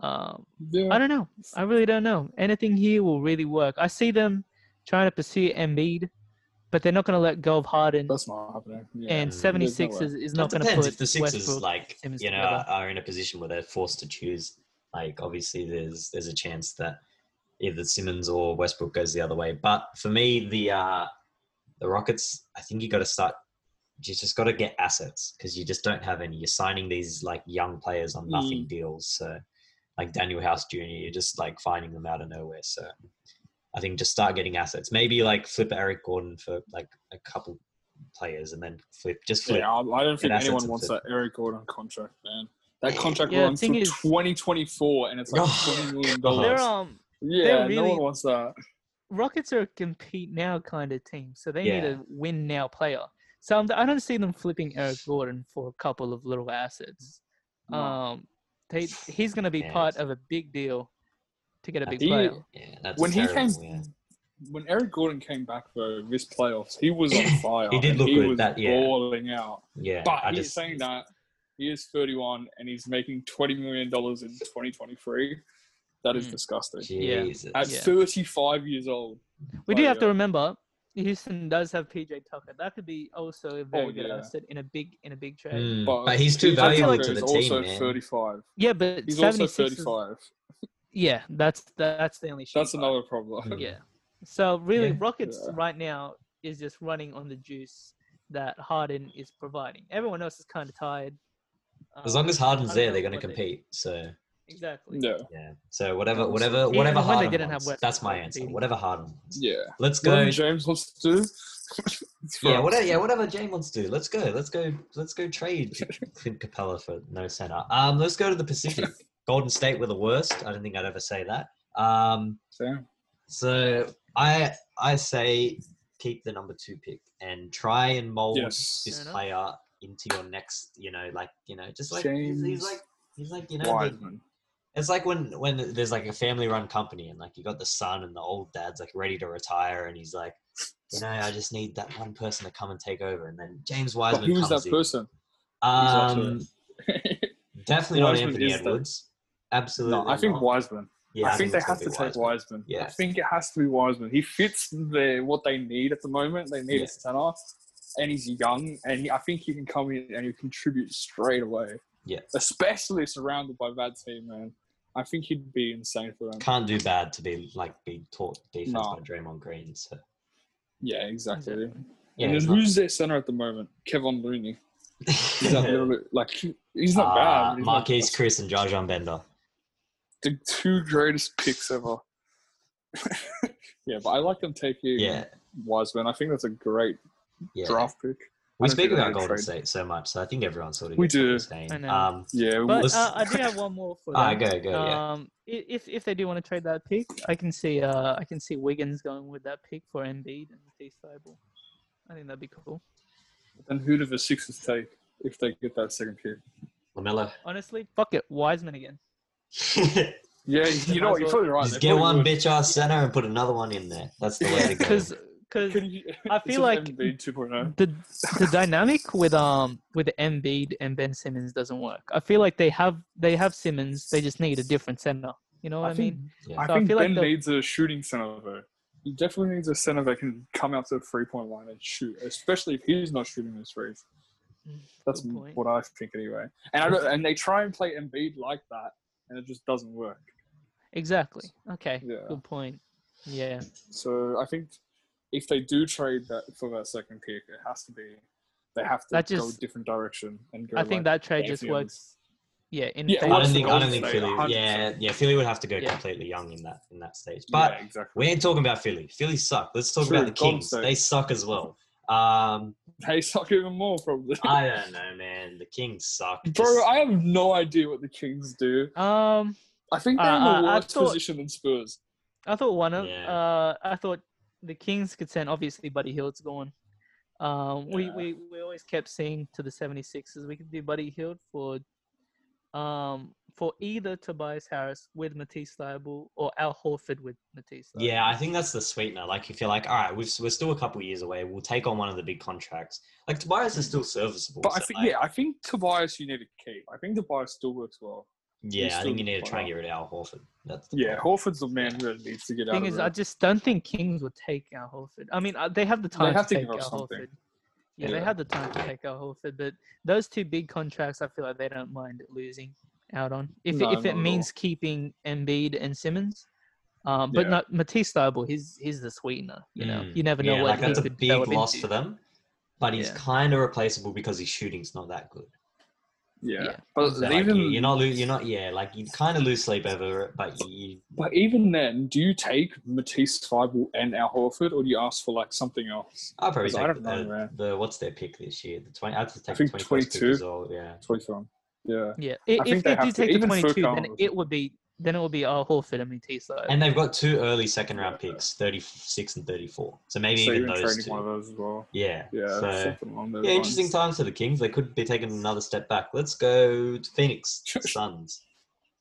S2: Um, I
S3: Yeah.
S2: don't know. I really don't know. Anything here will really work. I see them trying to pursue Embiid, but they're not going to let go of Harden.
S3: That's not happening. Yeah.
S2: and
S1: there's
S3: no
S2: 76 is, is
S1: it
S2: not going to
S1: depends
S2: put
S1: if the Sixers
S2: Westbrook.
S1: like
S2: Simmons
S1: you know
S2: together.
S1: are in a position where they're forced to choose. Like obviously, there's there's a chance that either Simmons or Westbrook goes the other way. But for me, the uh, the Rockets, I think you got to start. You just got to get assets because you just don't have any. You're signing these like young players on
S2: Mm.
S1: nothing deals, so like Daniel House Jr. You're just like finding them out of nowhere. So I think just start getting assets. Maybe like flip Eric Gordon for like a couple players, and then flip just flip.
S3: Yeah, I I don't think
S1: that's
S3: anyone
S1: it.
S3: wants that Eric Gordon contract, man. That contract
S2: Yeah, the
S3: runs
S2: thing
S3: till
S2: is-
S3: 2024, and it's like
S1: Oh,
S3: twenty million
S1: God.
S2: They're
S3: dollars.
S2: um
S3: Yeah,
S2: they're
S3: no one
S2: really-
S3: wants that.
S2: Rockets are a compete now kind of team, so they need
S1: Yeah.
S2: a win now player. So I'm, I don't see them flipping Eric Gordon for a couple of little assets.
S3: No.
S2: Um, they he's going to be
S1: Yeah,
S2: part
S1: it's-
S2: of a big deal to get a
S1: I
S2: big
S3: think-
S2: player.
S1: Yeah, that's
S3: when he
S1: terrible,
S3: came,
S1: yeah.
S3: when Eric Gordon came back though, this playoffs, he was on fire.
S1: He did
S3: and
S1: look
S3: he
S1: good,
S3: was
S1: that- yeah.
S3: balling out.
S1: Yeah,
S3: But
S1: I
S3: he's
S1: just-
S3: saying that he is 31 and he's making 20 million dollars in 2023. That is
S2: Mm.
S3: disgusting.
S2: Yeah.
S1: Jesus.
S3: At
S2: Yeah.
S3: 35 years old,
S2: We do
S3: Oh,
S2: have to
S3: yeah.
S2: remember Houston does have PJ Tucker. That could be also a very good
S3: Oh, yeah.
S2: asset in a big in a big trade.
S1: Mm, but, he's too
S2: I feel
S1: valuable
S2: like
S1: to the
S3: he's
S1: team,
S3: also
S1: man.
S3: 35.
S2: Yeah, but
S3: He's also
S2: 76 is-
S3: 35.
S2: yeah, that's that's the only.
S3: That's
S2: shitty part.
S3: another problem.
S1: Mm.
S2: Yeah. So really,
S1: Yeah.
S2: Rockets
S3: Yeah.
S2: right now is just running on the juice that Harden is providing. Everyone else is kind of tired.
S1: As long as
S2: Um,
S1: Harden's
S2: I don't
S1: there,
S2: know
S1: they're going to
S2: what they-
S1: compete. So
S2: exactly.
S3: Yeah.
S1: yeah. So whatever,
S3: Obviously.
S1: whatever,
S2: And
S1: whatever
S2: when they
S1: Harden
S2: didn't have
S1: wants,
S2: Westbrook,
S1: that's my
S2: they're
S1: answer.
S2: competing.
S1: Whatever Harden. wants.
S3: Yeah.
S1: Let's go.
S3: Whatever James wants to do. it's for
S1: yeah,
S3: us.
S1: whatever. Yeah, whatever James wants to do. Let's go. Let's go. Let's go trade Clint Capella for no center. Um, let's go to the Pacific. Golden State were the worst. I don't think I'd ever say that. Um,
S3: Damn.
S1: So I I say keep the number two pick and try and mold
S3: Yes.
S1: this
S2: Fair enough.
S1: player into your next. You know, like you know, just like he's, he's
S3: James
S1: like he's like you know. the-
S3: Wiseman.
S1: it's like when when there's like a family run company and like you got the son and the old dad's like ready to retire and he's like, you know, I just need that one person to come and take over and then James
S3: But
S1: Wiseman.
S3: who is
S1: comes
S3: that
S1: in.
S3: person?
S1: Um, definitely not
S3: Wiseman
S1: Anthony
S3: is the-
S1: Edwards. Absolutely.
S3: no, I think
S1: not.
S3: Wiseman.
S1: Yeah,
S3: I, think they
S1: it's
S3: have
S1: gotta
S3: to
S1: be
S3: take
S1: Wiseman.
S3: Wiseman. I
S1: Yeah.
S3: think it has to be Wiseman. He fits the what they need at the moment. They need
S1: Yeah.
S3: a center, and he's young, and he, I think he can come in and he contribute straight away.
S1: Yeah.
S3: especially surrounded by that team, man. I think he'd be insane for them.
S1: Can't do bad to be like be taught defense
S3: No.
S1: by Draymond Green. So
S3: Yeah, exactly.
S2: Exactly.
S1: yeah,
S3: and
S1: it's
S3: then
S1: not-
S3: who's their center at the moment? Kevin Looney. He's a little bit like he- he's not
S1: Uh,
S3: bad. but he's not-
S1: Marquise Chris and Jarjan Bender.
S3: the two greatest picks ever. yeah, but I like them taking
S1: Yeah,
S3: Wiseman. I think that's a great
S1: yeah.
S3: draft pick.
S1: We
S3: I
S1: speak
S3: don't think they're
S1: about
S3: gonna
S1: Golden
S3: trade.
S1: State so much, so I think everyone sort of
S3: We
S1: gets what
S3: do.
S1: we're saying.
S2: I know.
S1: Um,
S3: Yeah, we-
S2: But
S1: Let's-
S2: uh, I do have one more for
S1: ah,
S2: them.
S1: go go yeah.
S2: Um, i- if if they do want to trade that pick, I can see uh I can see Wiggins going with that pick for Embiid and Matisse Thybulle. I think that'd be cool.
S3: Then who do the Sixers take if they get that second pick?
S1: Lamelo.
S2: Honestly, fuck it, Wiseman again.
S3: Yeah, you know what? You're probably right.
S1: Just
S3: they
S1: get
S3: probably
S1: one bitch ass center and put another one in there. That's the way to go.
S2: Because because
S3: would. Can you-
S2: I
S3: it's
S2: feel
S3: an
S2: like-
S3: Embiid 2.0.
S2: the the dynamic with um with Embiid and Ben Simmons doesn't work. I feel like they have they have Simmons, they just need a different center. You know
S3: I
S2: what I,
S3: think-
S2: mean?
S1: Yeah.
S3: I
S2: So I
S3: think
S2: feel like
S3: Ben
S2: the-
S3: needs a shooting center though. He definitely needs a center that can come out to the three point line and shoot, especially if he's not shooting those threes.
S2: Mm,
S3: That's
S2: good point.
S3: what I think anyway. And I don't, and they try and play Embiid like that, and it just doesn't work.
S2: Exactly. Okay.
S3: Yeah.
S2: Good point. Yeah.
S3: So I think if they do trade that for that second pick, it has to be they have to
S2: That
S3: go
S2: just-
S3: a different direction and go.
S2: I think
S3: like
S2: that trade just
S3: Anthony
S2: works. Yeah. In
S3: Yeah,
S1: I
S2: favor
S3: Well,
S1: don't
S3: it's
S2: of
S1: think
S2: the
S1: I
S3: Golden
S1: don't think
S3: State,
S1: Philly.
S3: 100%.
S1: Yeah, yeah, Philly would have to go
S2: Yeah.
S1: completely young in that in that stage.
S3: Golden-
S1: But
S3: yeah, exactly.
S1: we ain't talking about Philly. Philly suck. Let's talk
S3: True,
S1: about the
S3: Golden
S1: Kings.
S3: State.
S1: They suck as well. Um,
S3: They suck even more probably.
S1: I don't know, man. The Kings suck.
S3: Bro, I have no idea what the Kings do.
S2: Um,
S3: I think they're
S2: Uh,
S3: in the
S2: uh, I
S3: worst
S2: thought-
S3: position than Spurs.
S2: I thought one of.
S1: Yeah.
S2: Uh, I thought the Kings could send. Obviously, Buddy Hield's gone. Um, we,
S3: Yeah.
S2: we we always kept saying to the 76ers we could do Buddy Hield for, um, for either Tobias Harris with Matisse Thybulle or Al Horford with Matisse. Thybulle.
S1: Yeah, I think that's the sweetener. Like, if you're like, all right, we've, we're still a couple years away, we'll take on one of the big contracts. Like, Tobias is still serviceable.
S3: But I
S1: so,
S3: think
S1: like,
S3: yeah, I think Tobias you need to keep. I think Tobias still works well.
S1: yeah, I
S3: still
S1: think you need to
S3: quite
S1: try and
S3: up.
S1: get rid of Al Horford. That's the
S3: Yeah,
S1: problem.
S3: Horford's the man who needs to get out
S2: Thing
S3: of
S2: is, I
S3: there.
S2: just don't think Kings would take Al Horford. I mean, uh, they have the
S3: They
S2: time
S3: have
S2: to
S3: to
S2: take
S3: give up
S2: Al
S3: something.
S2: Horford. Yeah, they
S3: Yeah.
S2: have the time to take Al Horford, but those two big contracts, I feel like they don't mind losing out on. If
S3: No,
S2: it, if
S3: not at
S2: it
S3: all.
S2: means keeping Embiid and Simmons, um, but
S3: Yeah.
S2: not Matisse Thybulle, he's he's the sweetener. You know,
S1: Mm,
S2: you never know
S1: yeah,
S2: what
S1: like,
S2: he
S1: that's a
S2: could
S1: big
S2: develop
S1: loss
S2: into.
S1: for them. But he's
S2: Yeah.
S1: kind of replaceable because his shooting's not that good.
S3: Yeah.
S2: yeah.
S3: But
S1: So, like,
S3: even
S1: you- you're not, lo- you're not, yeah, like you kind of lose sleep over it, but you,
S3: but even then, do you take Matisse Feibel and Al Horford or do you ask for like something else?
S1: I'll probably
S3: 'Cause
S1: take
S3: I don't know,
S1: the,
S3: man.
S1: the, what's their pick this year? The 20, I'll just take
S3: think
S1: the 21st pick
S3: 22.
S1: as well, yeah.
S3: Twenty one. Yeah.
S2: Yeah, I,
S3: think
S2: if
S3: they
S2: they,
S3: have
S2: do
S3: to-
S2: take the
S3: even
S2: twenty-two,
S3: Furkan
S2: then
S3: was-
S2: it would be then it would be Al Horford and Matisse Thybulle.
S1: And they've got two early second round picks, 36 and 34. So maybe
S3: so
S1: even
S3: you're in
S1: those
S3: trading
S1: two.
S3: one of those as well.
S1: Yeah.
S3: Yeah.
S1: So,
S3: something along those
S1: yeah, interesting
S3: lines.
S1: times for the Kings. They could be taking another step back. Let's go to Phoenix Suns.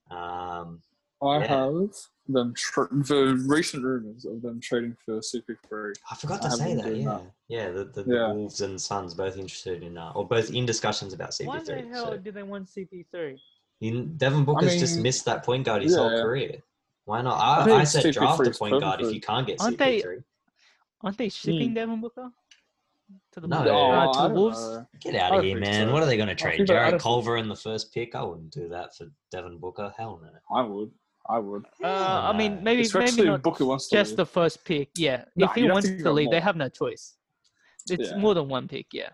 S1: Um,
S3: I
S1: Yeah.
S3: have them tra- the recent rumors of them trading for CP3.
S1: I forgot to
S3: I
S1: say
S3: haven't
S1: that.
S3: been
S1: Yeah,
S3: that.
S1: yeah. The, the,
S3: Yeah.
S1: the Wolves and Suns both interested in, uh, or both in discussions about
S2: Why the
S1: CP3.
S2: hell
S1: So.
S2: do they want CP3?
S1: In- Devin Booker's just
S3: mean,
S1: missed that point guard his whole
S3: yeah.
S1: career. Why not?
S3: I
S1: I,
S3: think
S1: I said draft a
S3: CP3 is
S1: point guard if
S3: perfect.
S1: you can't get
S2: Aren't
S1: CP3.
S2: they- Aren't they shipping
S3: Hmm.
S2: Devin Booker to the
S1: Mm. No.
S2: Bulls- uh,
S1: Oh,
S2: to the Wolves?
S1: Get out of
S3: don't
S1: here,
S3: think
S1: man.
S3: so.
S1: What are they going to trade?
S3: think that- I
S1: Jared
S3: don't think-
S1: Culver in the first pick? I wouldn't do that for Devin Booker. Hell no.
S3: I would. I would.
S2: Uh, I mean, maybe
S3: Especially
S2: maybe
S3: if
S2: not
S3: Booker wants to.
S2: just the first pick. Yeah,
S3: Nah,
S2: if he
S3: you'd have
S2: wants
S3: to give
S2: to
S3: up
S2: leave, they
S3: more.
S2: have no choice. It's
S3: Yeah.
S2: more than one pick. Yeah,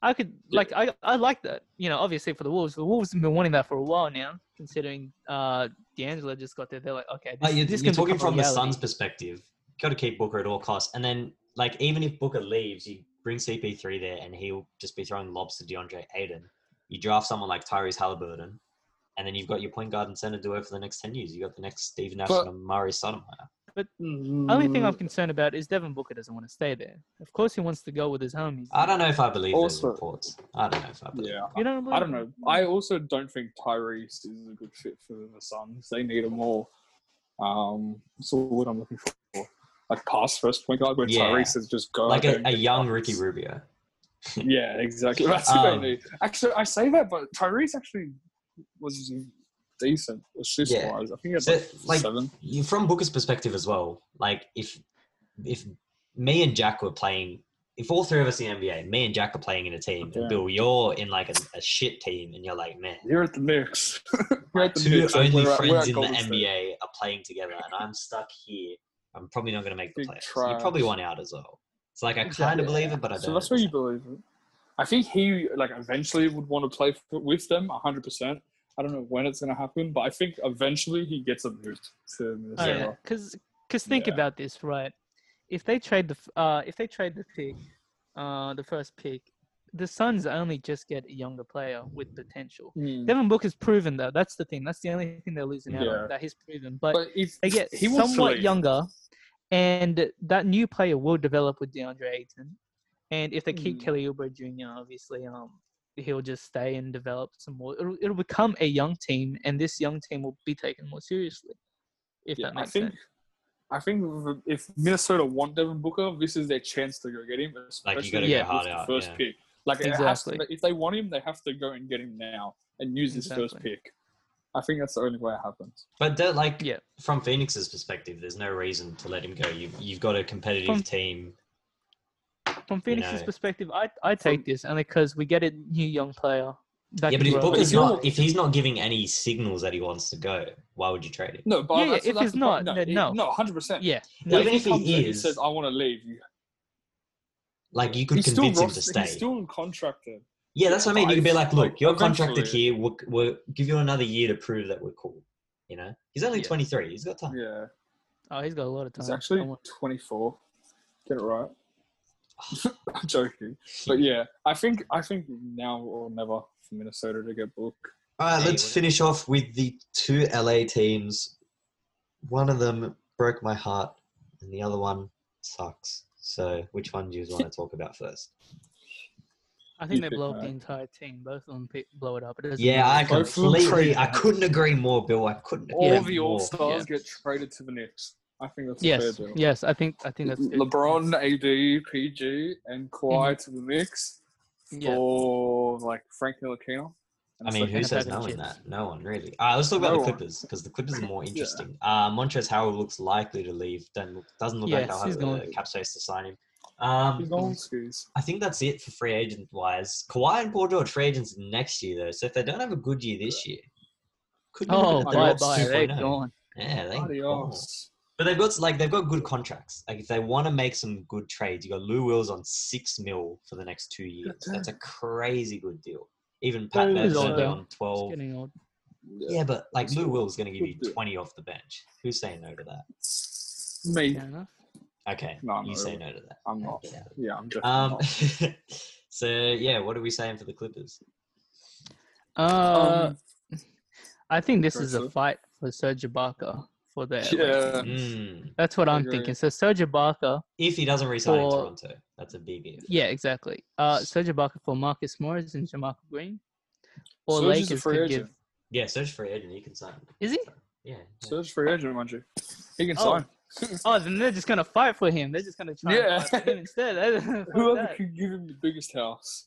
S2: I could
S3: Yeah.
S2: like I I like that. You know, obviously for the Wolves, the Wolves have been wanting that for a while now. Considering uh D'Angelo just got there, they're like, okay, this,
S1: Like, you're,
S2: this
S1: you're
S2: can
S1: talking
S2: become
S1: from the
S2: a reality.
S1: Suns' perspective. Got to keep Booker at all costs. And then, like, even if Booker leaves, you bring CP3 there, and he'll just be throwing lobs to DeAndre Aiden. You draft someone like Tyrese Halliburton, and then you've got your point guard and center duo for the next ten years. You have got the next Steve Nash
S3: But-
S1: and Murray Sotomayor.
S2: The Mm-hmm. only thing I'm concerned about is Devin Booker doesn't want to stay there. Of course, he wants to go with his homies.
S1: I don't know if I believe those
S3: Also-
S1: reports. I don't know if I believe.
S3: Yeah.
S2: You know,
S3: I don't know.
S2: Mm-hmm.
S3: I also don't think Tyrese is a good fit for the Suns. They need a more. Um, so what I'm looking for, like past first point guard, where
S1: Yeah.
S3: Tyrese is just go out
S1: Like
S3: there
S1: a,
S3: and
S1: a
S3: get
S1: young
S3: buckets.
S1: Ricky Rubio.
S3: Yeah, exactly. That's what
S1: Um,
S3: I need. Actually, I say that, but Tyrese actually was decent assist
S1: Yeah.
S3: wise. I think he had
S1: So,
S3: like,
S1: like,
S3: seven.
S1: you from Booker's perspective as well, like if if me and Jack were playing, if all three of us in the NBA, me and Jack are playing in a team,
S3: Yeah.
S1: and Bill, you're in like a, a shit team, and you're like, man,
S3: You're at the Knicks. You're
S1: my
S3: at the
S1: two
S3: Knicks, like,
S1: only
S3: we're at- we're
S1: friends
S3: at
S1: in the
S3: Golden State.
S1: NBA are playing together, and I'm stuck here. I'm probably not going to make the
S3: Big
S1: playoffs. You
S3: trash.
S1: probably won out as well. It's like I kind
S2: Exactly.
S1: of believe it, but I don't.
S3: So that's where you believe it. I think he like eventually would want to play f- with them 100. percent I don't know when it's going to happen, but I think eventually he gets a move to
S2: Oh,
S3: Minnesota.
S2: yeah, because think
S3: Yeah.
S2: about this, right? If they trade the f- uh, if they trade the pick, uh, the first pick, the Suns only just get a younger player with potential.
S3: Hmm.
S2: Devin Booker's proven though. That's the thing. That's the only thing they're losing out
S3: Yeah.
S2: on. That he's proven, but,
S3: But if
S2: they get
S3: he wants to
S2: somewhat
S3: leave,
S2: younger, and that new player will develop with DeAndre Ayton. And if they keep
S3: Mm.
S2: Kelly Oubre Jr., obviously, um, he'll just stay and develop some more. It'll, it'll become a young team, and this young team will be taken more seriously. If
S3: yeah,
S2: that
S3: I
S2: makes
S3: think
S2: sense.
S3: I think if Minnesota want Devin Booker, this is their chance to go get him.
S1: gotta
S3: especially
S2: go
S3: with
S1: hard
S3: the
S1: out,
S3: First
S1: yeah.
S3: pick, like it has to-
S2: Exactly.
S3: if they want him, they have to go and get him now and use his first
S2: Exactly.
S3: pick. I think that's the only way it happens.
S1: But don't, like
S2: Yeah.
S1: from Phoenix's perspective, there's no reason to let him go. You you've got a competitive
S2: From-
S1: team.
S2: From Phoenix's
S1: know.
S2: perspective, I I take this only because we get a new young player. that
S1: yeah,
S2: can
S1: but if
S2: grow.
S1: Booker's
S3: If you're-
S1: not, if he's not giving any signals that he wants to go, why would you trade him?
S3: No, but
S2: Yeah, yeah,
S3: that's,
S2: if
S3: that's
S2: it's
S3: the point.
S2: not,
S3: no,
S2: then no.
S3: no, hundred percent.
S2: yeah,
S3: But
S1: Even if
S3: comes
S1: he
S3: and he
S1: is,
S3: says, "I want to leave," you,
S1: like you could
S3: he's still
S1: convince him to
S3: rostered-
S1: stay.
S3: He's still contracted.
S1: yeah, that's what I mean. You could be like,
S3: Like,
S1: look, you're contracted
S3: eventually-
S1: here. We'll, we'll give you another year to prove that we're cool. You know, he's only
S2: Yeah.
S1: 23. He's got time.
S3: Yeah,
S2: oh, he's got a lot of time.
S3: he's actually
S2: Come on.
S3: twenty-four. Get it right. I'm joking, but yeah, I think I think now or never for Minnesota to get Book.
S1: All right,
S2: Yeah,
S1: let's
S2: whatever.
S1: finish off with the two LA teams. One of them broke my heart, and the other one sucks. So, which one do you want to talk about first?
S2: I think they
S3: pick
S2: blow up
S3: that.
S2: the entire team. Both of them pi- blow it up. It doesn't
S1: Yeah, I
S2: matter.
S3: Both of them
S1: completely.
S3: trade
S1: I couldn't agree more, Bill. I couldn't.
S3: All
S1: agree
S3: the
S1: more.
S3: All Stars
S2: Yeah.
S3: get traded to the Knicks. I think that's a
S2: Yes,
S3: fair deal.
S2: yes, I think I think that's good.
S3: LeBron, AD, PG, and Kawhi to the Knicks
S2: Mm-hmm. Yeah.
S3: for like Frank Ntilikina. And
S1: I
S3: it's
S1: mean,
S3: like-
S1: who
S2: a
S1: says
S2: bag of
S1: no in
S2: chips.
S1: that? No one really. All right, let's talk about
S3: No
S1: the
S3: one.
S1: Clippers because the Clippers are more interesting. Uh, Montrezl Harrell looks likely to leave. Don't look, doesn't look
S2: Yes,
S1: like
S2: he's
S1: they'll have the
S2: gone.
S1: cap space to sign him. Um,
S3: He's going skis.
S1: I think that's it for free agent wise. Kawhi and Paul George free agents next year though, so if they don't have a good year this year, could be
S2: Oh,
S1: looking at the
S2: bye
S1: Nets
S2: bye. They're
S1: 2.0.
S2: gone.
S1: Yeah, they ain't gone.
S3: Adios.
S1: But they've got like they've got good contracts. Like if they want to make some good trades, you got Lou Wills on six mil for the next two years.
S3: damn.
S1: That's a crazy good deal. Even Pat
S3: Lou
S1: Bev's
S2: Will's
S1: only
S2: older.
S1: on twelve.
S2: It's getting old.
S1: Yeah, but like
S3: That's
S1: Lou
S3: good.
S1: Will's going to give
S3: Good
S1: you
S3: deal.
S1: twenty off the bench. Who's saying no to that?
S3: Me,
S2: Fair enough.
S1: Okay,
S3: No, I'm
S1: you
S3: not
S1: say
S3: really.
S1: no to that.
S3: I'm not.
S1: Yeah.
S3: Yeah, I'm just.
S1: Um, so yeah, what are we saying for the Clippers?
S2: Uh,
S3: Um,
S2: I think this is a
S3: Russell.
S2: fight for Serge Ibaka for that.
S3: yeah.
S1: Mm.
S2: That's what
S3: I
S2: I'm
S3: agree.
S2: thinking. So Serge Ibaka,
S1: If he doesn't resign in
S2: Or-
S1: Toronto, that's a big if.
S2: yeah, exactly. Uh, Serge Ibaka for Marcus Morris and Jamal Green, or
S3: Serge is a
S2: Lakers
S3: free
S2: could
S3: agent.
S2: give.
S1: Yeah, search for Ed and he can sign.
S2: Is he?
S1: Yeah. yeah.
S3: Search for agent, mind you. He can
S2: Oh.
S3: sign.
S2: Oh, then they're just gonna fight for him. They're just gonna try
S3: Yeah.
S2: and fight for him instead. Fuck
S3: Whoever
S2: that.
S3: could give him the biggest house,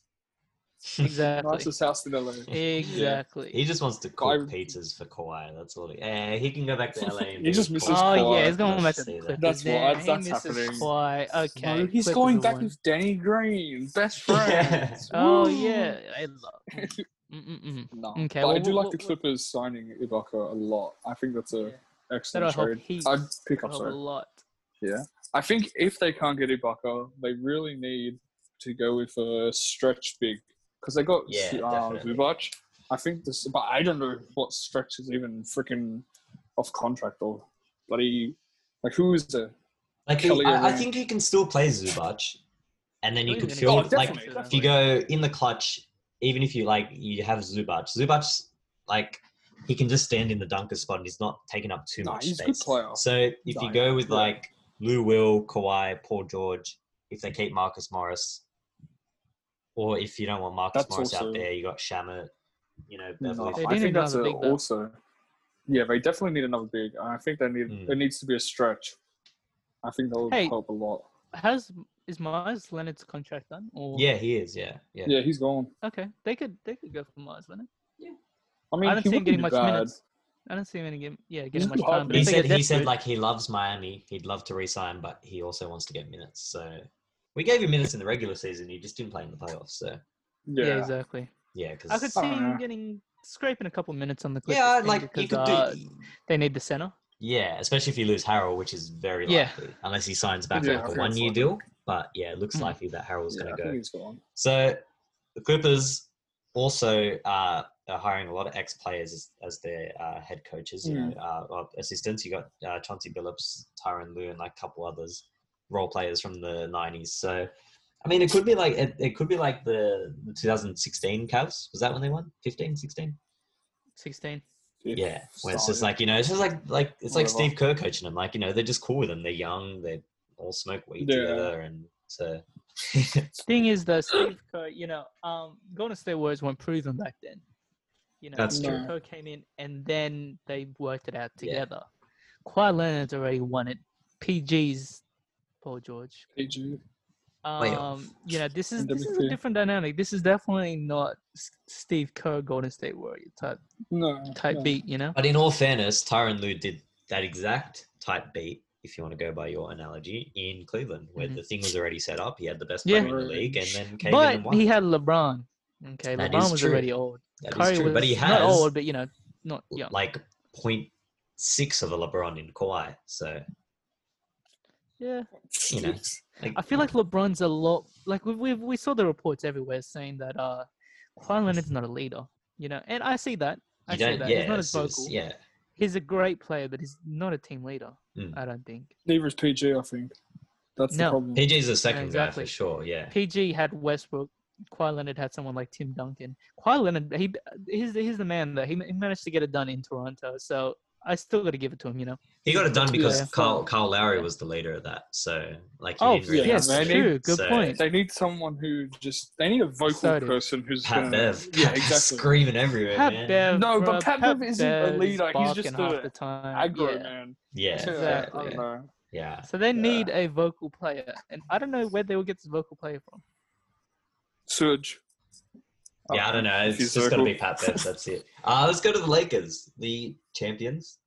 S2: Exactly.
S3: nicest house in LA.
S1: He
S2: Exactly.
S1: just wants to
S3: Guy-
S1: cook pizzas for Kawhi. That's all. He, eh, he can go back to LA. And
S3: He
S1: be
S3: just
S1: a
S3: misses
S1: Kawhi.
S3: Kawhi.
S2: Oh yeah,
S1: it's
S2: it's going back to
S1: Say
S2: the
S1: that.
S2: Clippers.
S3: That's
S2: now.
S3: why-
S2: He
S3: that's
S2: misses
S3: happening.
S2: Kawhi. Okay.
S3: No, he's
S2: Clippers
S3: going
S2: are
S3: back
S2: one.
S3: with Danny Green, best
S1: Yeah.
S3: friends.
S2: Oh
S3: Woo.
S2: yeah, I love. mm, Mm-mm-mm.
S3: No,
S2: mm. Okay,
S3: but I
S2: well,
S3: do
S2: what-
S3: like the
S2: what-
S3: Clippers signing Ibaka a lot. I think that's a
S2: Yeah. That'll
S3: excellent
S2: help
S3: trade.
S2: heaps.
S3: I'd pick up
S2: Help a
S3: sorry.
S2: lot.
S3: Yeah, I think if they can't get Ibaka, they really need to go with a stretch big because they got
S1: Yeah,
S3: uh,
S1: definitely.
S3: Zubac. I think this, but I don't know what stretch is even freaking off contract or bloody like who is the
S1: Like, he-
S3: Kelly
S1: I, I
S3: Olynyk.
S1: think you can still play Zubac, and then you
S2: Who's
S1: could
S2: gonna
S1: fill
S3: Oh,
S2: get
S1: like
S3: definitely,
S1: if you go in the clutch, even if you like you have Zubac, Zubac's like he can just stand in the dunker spot and he's not taking up too
S3: Nah,
S1: much
S3: he's a good
S1: space.
S3: player.
S1: So if you
S3: Nah,
S1: go with
S3: yeah.
S1: like Lou Will, Kawhi, Paul George, if they keep Marcus Morris, or if you don't want Marcus
S3: That's
S1: Morris out
S3: also-
S1: there, you got Shamit, you know,
S3: No,
S1: Beverly.
S2: They
S3: I
S2: do
S3: think
S2: need
S3: that's a,
S2: another big, though.
S3: also. Yeah, they definitely need another big. and I think they need
S1: Mm.
S3: it needs to be a stretch. I think that would
S2: Hey.
S3: help a lot.
S2: Has is Myers Leonard's contract done? Or
S1: Yeah, he is. Yeah, yeah.
S3: Yeah, he's gone.
S2: okay, they could they could go for Myers Leonard.
S3: I
S2: I,
S3: mean,
S2: don't
S3: he
S2: see him
S3: wouldn't be
S2: getting much
S3: bad.
S2: minutes. I don't see him getting yeah
S3: He's
S2: getting much
S3: not-
S2: time. But
S1: He
S2: if they
S1: said
S2: get
S1: he said
S2: desperate-
S1: like he loves Miami. He'd love to resign, but he also wants to get minutes. So we gave him minutes in the regular season. He just didn't play in the playoffs. So
S3: Yeah,
S2: exactly.
S1: yeah,
S2: I could
S1: because
S2: see
S3: I don't
S2: him
S3: know.
S2: getting scraping a couple minutes on the Clippers.
S1: yeah,
S2: thing
S1: like you
S2: because,
S1: could
S2: uh,
S1: do.
S2: they need the center.
S1: Yeah, especially if you lose Harold, which is very
S2: Yeah.
S1: likely, unless he signs back
S3: Yeah, I
S1: like a
S3: think
S1: one-year
S3: it's
S1: deal. But yeah, it looks
S2: Mm.
S1: likely that Harold's
S3: Yeah,
S1: going
S3: I
S1: to
S3: think
S1: go.
S3: he's gone.
S1: So the Clippers also uh, are hiring a lot of ex-players as, as their uh, head coaches, you know, uh, or assistants. You got uh, Chauncey Billups, Tyron Lue, and like a couple others, role players from the '90s. So, I mean, it could be like it, it could be like the, the 2016 Cavs. Was that when they won? 15, 16?
S2: Sixteen.
S1: Yeah, where it's just like you know, it's just like like it's like
S3: Whatever.
S1: Steve Kerr coaching them. Like you know, they're just cool with them. They're young. They all smoke weed
S3: Yeah.
S1: together, and so
S2: Thing is though, Steve Kerr, you know, um, Golden State Warriors weren't proven back then. You know,
S1: That's
S2: Steve
S3: true.
S2: Kerr came in and then they worked it out together. Kawhi Leonard's already won it. PG's Paul George.
S3: PG.
S1: Playoff.
S2: Um, you know, this is this is
S3: NWP.
S2: a different dynamic. This is definitely not S- Steve Kerr Golden State Warrior type
S3: No.
S2: type
S3: no.
S2: beat. You know,
S1: But in all fairness, Tyron Lue did that exact type beat, if you want to go by your analogy, in Cleveland, where
S2: Mhm.
S1: the thing was already set up. He had the best
S2: Yeah.
S1: player in the league, and then came in and
S2: but
S1: won.
S2: he had LeBron. Okay,
S1: That is
S2: LeBron was
S1: true.
S2: already old.
S1: That is
S2: Curry
S1: true,
S2: was
S1: but he
S2: not
S1: has
S2: old, but you know, not young.
S1: like point six of a LeBron in Kawhi. So
S2: Yeah,
S1: you know,
S2: I feel like LeBron's a lot. Like we we we saw the reports everywhere saying that uh, Kawhi Leonard's not a leader. You know, and I see that. I
S1: you
S2: see
S1: don't.
S2: that.
S1: Yeah,
S2: he's not as
S1: it's- it's-
S2: vocal.
S1: yeah.
S2: He's a great player, but he's not a team leader.
S1: Mm.
S2: I don't think.
S3: Neither is PG, I think. That's the
S2: No.
S3: problem.
S1: PG's the second guy
S2: exactly.
S1: for sure. Yeah,
S2: PG had Westbrook. Kawhi Leonard had someone like Tim Duncan. Kawhi Leonard, he he's the- he's the man though. He, ma- he managed to get it done in Toronto, so I still got to give it to him. You know.
S1: he got it done because
S2: Yeah.
S1: Carl Carl Lowry was the leader of that. So like, he
S2: Oh
S1: didn't really
S2: yes,
S1: have to
S3: man,
S1: do
S2: true.
S1: it.
S2: Good
S1: So,
S2: point.
S3: They need someone who just they need a vocal
S2: Started.
S3: person who's
S1: Pat
S3: gonna,
S1: Bev,
S3: yeah exactly
S1: screaming everywhere, man.
S2: Pat Bev,
S3: No, but
S2: bro,
S3: Pat Bev isn't a
S2: Bev is
S3: leader. He's
S2: barking
S3: just
S2: half
S3: a
S2: the time.
S3: aggro
S2: Yeah.
S3: man.
S1: Yeah,
S3: Yeah, I
S1: exactly.
S3: don't know.
S1: Yeah,
S2: So they
S3: Yeah.
S2: need a vocal player, and I don't know where they will get this vocal player from.
S3: Surge. Oh,
S1: yeah. I don't know. It's
S3: He's
S1: just
S3: so
S1: gonna
S3: cool.
S1: be Pat Bev. That's it. Uh, let's go to the Lakers, the champions,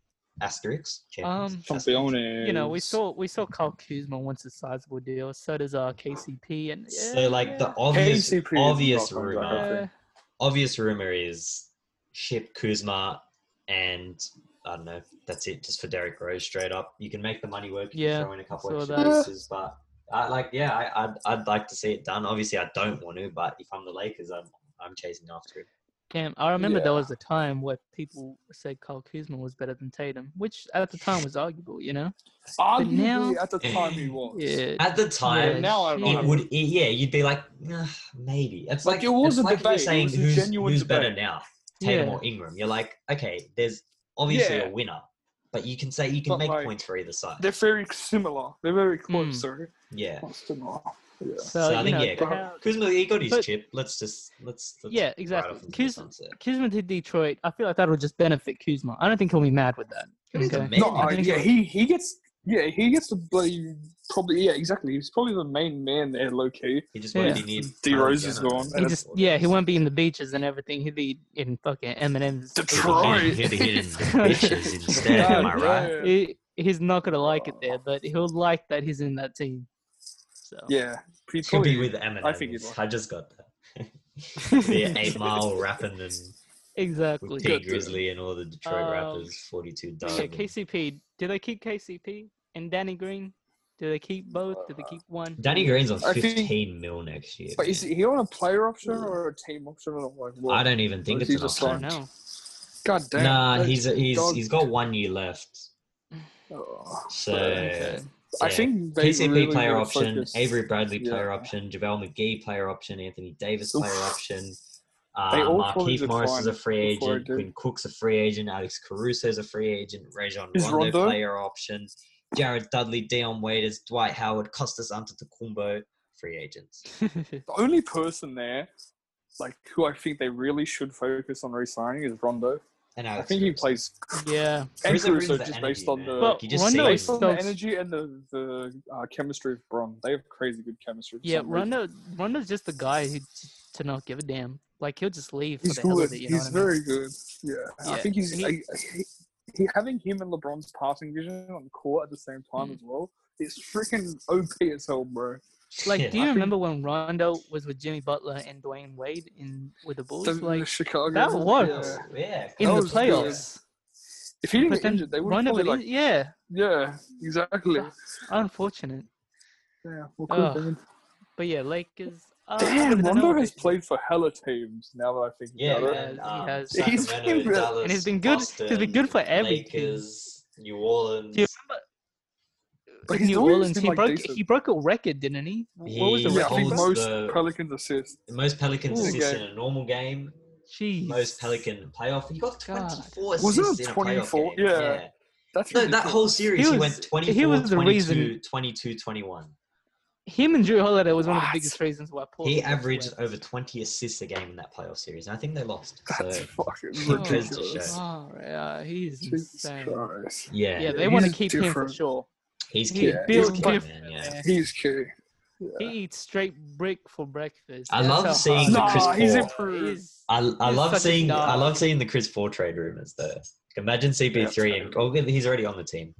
S1: asterisks. Champions.
S2: Um,
S1: asterisks.
S3: Champions.
S2: You know, we saw we saw Kyle Kuzma wants a sizable deal. So does uh, our KCP, and
S1: So like the
S2: yeah,
S1: obvious,
S3: KCP is
S1: obvious
S3: not on
S1: rumor,
S3: draft.
S2: yeah.
S1: obvious rumor is ship Kuzma and I don't know. That's it, just for Derek Rose straight up. You can make the money work. You
S2: Yeah,
S1: can throw in a couple
S2: saw
S1: extra
S2: that.
S1: pieces, but I like. Yeah, I, I'd I'd like to see it done. Obviously, I don't want to, but if I'm the Lakers, I'm I'm chasing after it.
S2: Damn, I remember
S3: Yeah.
S2: there was a time where people said Kyle Kuzma was better than Tatum, which at the time was arguable, you know?
S3: Arguably,
S2: now-
S3: at the time he was.
S2: Yeah.
S1: At the
S3: Yeah,
S1: time,
S3: now I don't
S2: Yeah.
S1: it would. It, yeah, you'd be like, "Nah, maybe. It's
S3: Like,
S1: like,
S3: it
S1: it's
S3: was a
S1: like if you're
S3: debate, it
S1: saying
S3: was a
S1: who's,
S3: genuine
S1: who's better
S3: debate.
S1: now, Tatum
S2: Yeah.
S1: or Ingram. You're like, okay, there's obviously
S3: Yeah.
S1: a winner, but you can say you can
S3: But,
S1: make
S3: like,
S1: points for either side.
S3: They're very similar. They're very close.
S2: Mm.
S3: Sorry.
S1: Yeah.
S3: Not similar. Yeah.
S1: So,
S2: So,
S1: I
S2: you
S1: think
S2: know,
S1: yeah,
S2: how-
S1: Kuzma he got his
S2: But-
S1: chip. Let's just let's, let's
S2: Yeah,
S1: ride
S2: exactly.
S1: off into the
S2: Kuz-
S1: sunset.
S2: Kuzma to Detroit, I feel like that'll just benefit Kuzma. I don't think he'll be mad with that.
S1: He's the
S2: Okay.
S1: man.
S3: No,
S1: I
S3: I,
S1: think
S3: yeah,
S1: it-
S3: he, he gets yeah he gets to blame probably yeah exactly he's probably the main man there low key.
S1: He just
S2: Yeah.
S1: wanted to need
S3: D. Rose is gone.
S2: He just yeah, he won't be in the beaches and everything. He'll be in fucking Eminem's.
S3: Detroit.
S1: Hit hidden bitches instead. Am I
S3: God,
S1: right?
S3: Yeah.
S2: He, he's not gonna like it there, but he'll like that he's in that team. So
S3: yeah. He
S1: Could
S3: probably,
S1: be with Eminem.
S3: I think he'd like-
S1: I just got that. yeah, eight mile rapping and
S2: exactly.
S1: with T
S3: Good to-
S1: Grizzly and all the Detroit
S2: Um,
S1: Raptors, 42 Dub.
S2: Yeah,
S1: and-
S2: KCP. Do they keep KCP and Danny Green? Do they keep both? Do they keep one?
S1: Danny Green's on
S3: I think-
S1: 15 mil next year.
S3: but is
S1: man.
S3: he on a player option or a team option? Or like what?
S1: I don't even think
S3: Or
S1: it's
S3: is
S1: an
S3: he just
S2: I
S1: option.
S2: don't know.
S3: God damn.
S1: nah,
S3: that's-
S1: he's he's
S3: dog.
S1: he's got one year left.
S3: oh.
S1: So
S3: Okay.
S1: yeah.
S3: I think they
S1: PCP
S3: really
S1: player
S3: gotta
S1: option,
S3: focus-
S1: Avery Bradley player
S3: Yeah.
S1: option, JaVale McGee player option, Anthony Davis
S3: Oof.
S1: player option.
S3: They
S1: Uh,
S3: all probably
S1: Markeith Morris is a
S3: declined
S1: free
S3: before I
S1: agent.
S3: do.
S1: Quinn Cook's a free agent. Alex Caruso is a free agent. Rajon
S3: Is
S1: Rondo,
S3: Rondo?
S1: player option. Jared Dudley, Dion Waiters, Dwight Howard, Costas Antetokounmpo, free agents.
S3: The only person there, like who I think they really should focus on re-signing is Rondo.
S1: And
S3: I
S1: Alex
S3: think he
S1: Caruso.
S3: plays
S2: yeah.
S3: and
S1: Caruso brings
S3: Caruso
S1: the
S3: just
S1: energy,
S3: based on
S1: man.
S3: the
S2: Well,
S1: you just
S2: Rondo
S1: see
S2: is
S3: based on
S1: him.
S2: so-
S3: the
S2: Stokes-
S3: energy and the, the uh, chemistry of Bron. They have crazy good chemistry. for
S2: Yeah,
S3: some reason.
S2: Rondo Rondo's just the guy who t- to not give a damn. Like he'll just leave for
S3: He's
S2: the hell
S3: good.
S2: of it. You know
S3: he's
S2: what I mean?
S3: very good. Yeah. I
S2: Yeah,
S3: think he's
S2: he-
S3: I, he, he, having him and LeBron's passing vision on the court at the same time
S2: Mm.
S3: as well. It's freaking OP as hell, bro.
S2: Like,
S1: Yeah.
S2: do you remember when Rondo was with Jimmy Butler and Dwayne Wade in with the Bulls?
S3: The, the
S2: like
S3: Chicago.
S2: that
S3: yeah.
S2: works.
S1: Yeah.
S2: in the
S3: was good.
S2: playoffs.
S3: If he didn't
S2: But
S3: get
S2: then
S3: injured, they would
S2: Rondo,
S3: probably
S2: got in-
S3: like
S2: yeah,
S3: yeah, exactly.
S2: unfortunate.
S3: Yeah, well, cool,
S2: Ugh.
S3: man.
S2: But yeah, Lakers. Uh,
S3: Damn,
S2: I don't
S3: Rondo
S2: know.
S3: has played for hella teams. Now that I think
S1: Yeah,
S3: about it.
S1: man,
S2: has, he
S1: um,
S2: has.
S1: Sacramento,
S3: He's been good.
S1: Dallas,
S2: And he's been good- he's been
S1: Boston,
S2: good for every team.
S1: Lakers, New Orleans.
S2: Do you remember
S3: But he's
S2: New
S3: always
S2: Orleans?
S3: been,
S2: He
S3: like,
S2: broke
S3: decent.
S2: he broke a record, didn't he? What was the
S1: He
S3: Yeah, I
S2: record?
S3: think
S1: holds
S3: most
S1: the-
S3: Pelicans assist.
S1: Most Pelicans
S2: Ooh.
S1: assists
S3: Okay.
S1: in a normal game.
S2: Jeez.
S1: Most Pelican playoff. He got
S2: God.
S1: 24
S3: Wasn't it
S1: assists in a playoff
S3: 24?
S1: game.
S3: Yeah.
S1: yeah.
S3: That's
S1: No, that
S3: ridiculous.
S1: whole series, he,
S2: He
S1: went
S2: was-
S1: 24,
S2: he was the
S1: 22,
S2: reason-
S1: 22, 21.
S2: Him and Drew Holiday was one of the
S3: What?
S2: biggest reasons why Paul.
S1: He averaged over 20 assists a game in that playoff series. And I think they lost.
S3: That's
S1: so,
S3: fucking
S1: Oh, goes to
S3: ridiculous.
S1: show.
S2: Oh, yeah, he's
S3: Jesus
S2: insane.
S3: Christ.
S1: yeah,
S2: Yeah,
S3: Yeah,
S2: they want to
S3: he's
S2: keep him for
S3: different.
S2: sure.
S1: he's
S2: He
S1: key. He's
S2: built
S1: key,
S2: different,
S1: man, yeah.
S2: man.
S3: He's key.
S2: He eats straight brick for breakfast.
S1: I
S2: That's
S1: love
S2: how
S1: seeing
S2: hard
S1: the Chris
S2: he is.
S3: Nah, he's
S1: Paul.
S3: improved.
S2: He's-
S1: I, I
S2: He's
S1: love
S2: such a
S1: seeing I
S2: dog.
S1: love seeing the Chris Paul trade rumors though. Like, imagine CP3 and oh, he's already on the team.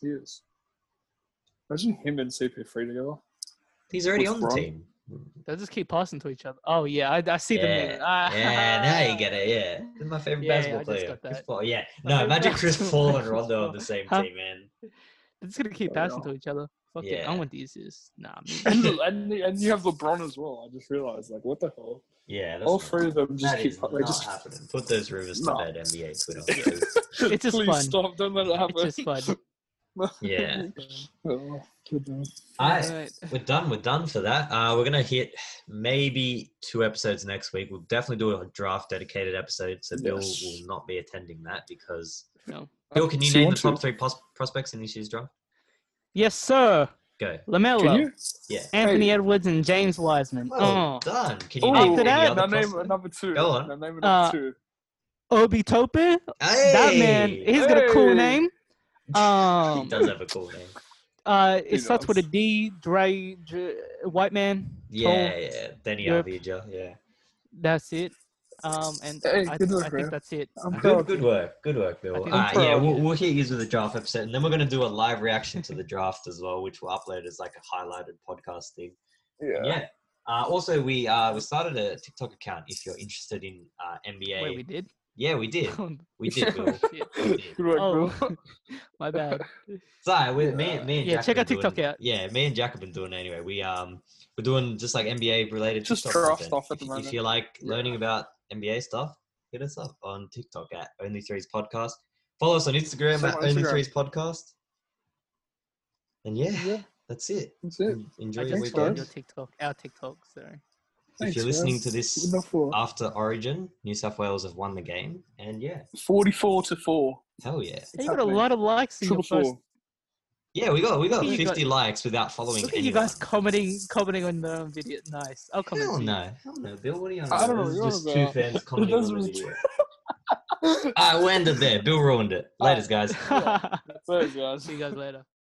S3: He is. Imagine him and CP3 together.
S1: He's already
S3: What's
S1: on the
S3: wrong?
S1: team.
S2: They'll just keep passing to each other. Oh yeah, I, I see them.
S1: Yeah,
S2: moving. Ah,
S1: yeah, now you get it. Yeah, this is my favorite
S2: Yeah,
S1: basketball
S2: I just
S1: player.
S2: got
S1: Chris
S2: that.
S1: Paul. Yeah,
S2: My
S1: no,
S2: favorite
S1: imagine Chris
S2: basketball
S1: Paul
S2: player,
S1: and
S2: Chris
S1: Rondo on
S2: Paul.
S1: the same
S2: Huh?
S1: team, man.
S2: They're just gonna keep
S3: Fair
S2: passing to
S3: enough.
S2: each other. Fuck it,
S1: Yeah.
S2: I want these. Is nah. man.
S3: And, and, and you have LeBron as well. I just realized, like, what the hell?
S1: Yeah, that's
S3: All
S1: not-
S3: three of them just
S1: that
S3: keep.
S1: is
S3: They
S1: not
S3: just,
S1: happening. Put those rumors to
S3: No.
S1: bed, NBA Twitter. please.
S2: It's just
S3: Please
S2: fun.
S3: stop. Don't let it happen.
S2: It's just fun.
S1: yeah,
S3: Oh, goodness.
S1: I
S2: Alright.
S1: we're done. We're done for that. Uh, we're gonna hit maybe two episodes next week. We'll definitely do a draft dedicated episode. So Bill
S3: Yes.
S1: will not be attending that because
S2: No.
S1: Bill, can you
S3: Does he
S1: name the
S3: want
S1: top
S3: to?
S1: three pos- prospects in this year's draft?
S2: Yes, sir.
S1: Go.
S3: Can
S2: Lamelo,
S3: you?
S1: Yeah.
S2: Anthony
S3: Hey.
S2: Edwards, and James Wiseman.
S1: Well
S2: oh,
S1: done. Can you
S3: Ooh,
S1: name
S2: After
S1: any
S2: that,
S1: other
S3: now name
S1: prospect?
S3: number two.
S1: Go on.
S3: Now name number
S2: Uh,
S3: two.
S2: Obi Topin. That man,
S1: Hey!
S2: he's got a cool
S3: Hey.
S2: name.
S1: he
S2: Um,
S1: does have a cool name.
S2: uh,
S3: He
S2: it starts with a
S3: does.
S2: D. Dre, Dre white man. tall.
S1: Yeah, yeah. Danny
S2: Yep.
S1: Avija. Yeah.
S2: That's it. Um, and
S3: Hey,
S2: I,
S3: good
S2: I
S3: work,
S2: think
S3: man.
S2: that's it.
S3: I'm
S1: Good,
S3: proud.
S1: good work, good work, Bill.
S2: I
S1: All
S2: think I'm
S1: right, yeah,
S3: proud.
S1: we'll, we'll hit you with the draft episode, and then we're gonna do a live reaction to the draft as well, which we'll upload as like a highlighted podcast thing.
S3: Yeah.
S1: Yeah. Uh, also, we uh, we started a TikTok account. If you're interested in uh, NBA,
S2: Wait, we did. Oh,
S1: yeah, we did, we did, Bill.
S2: Shit.
S1: We did.
S3: Good work, bro.
S2: oh, my bad.
S1: So we, me, me and
S2: Yeah,
S1: Jack
S2: check
S1: have
S2: our
S1: been
S2: TikTok
S1: doing,
S2: out.
S1: Yeah, me and Jack have been doing it anyway. We um we're doing just like NBA related
S3: Just
S1: TikTok
S3: draft
S1: content.
S3: stuff at the
S1: If- If
S3: moment.
S1: you like
S3: Yeah.
S1: learning about NBA stuff, hit us up on TikTok at Only Threes Podcast. Follow us on Instagram
S3: Same
S1: at
S3: on
S1: Only
S3: Instagram.
S1: Threes Podcast. And yeah,
S3: Yeah,
S1: that's it.
S3: that's it.
S1: En- Enjoy
S2: I
S1: your
S2: just
S3: Thanks,
S1: weekend.
S2: found your TikTok, our TikTok. Sorry.
S1: If
S3: Thanks,
S1: you're listening
S3: guys.
S1: to this
S3: Enough for
S1: after Origin, New South Wales have won the game, and yeah,
S3: 44 to 4.
S1: hell yeah,
S2: Hey, you got a
S3: happening.
S2: lot of likes in
S3: Triple
S2: your first.
S3: four.
S1: yeah, we got we got
S2: Look at you
S1: 50 likes without following
S2: Look at you
S1: anyone.
S2: guys commenting, commenting on the own video. Nice. I'll comment.
S1: Hell
S2: too.
S1: no. Hell no. Bill, what are you on?
S3: I
S1: about?
S3: don't know
S1: This
S3: what
S1: is just
S3: you're on
S1: two
S3: about.
S1: fans commenting
S3: This
S1: on the
S3: was-
S1: video. All right, we'll end it there. Bill ruined it. Laters, guys.
S3: Alright. That's it, guys.
S2: See you guys later.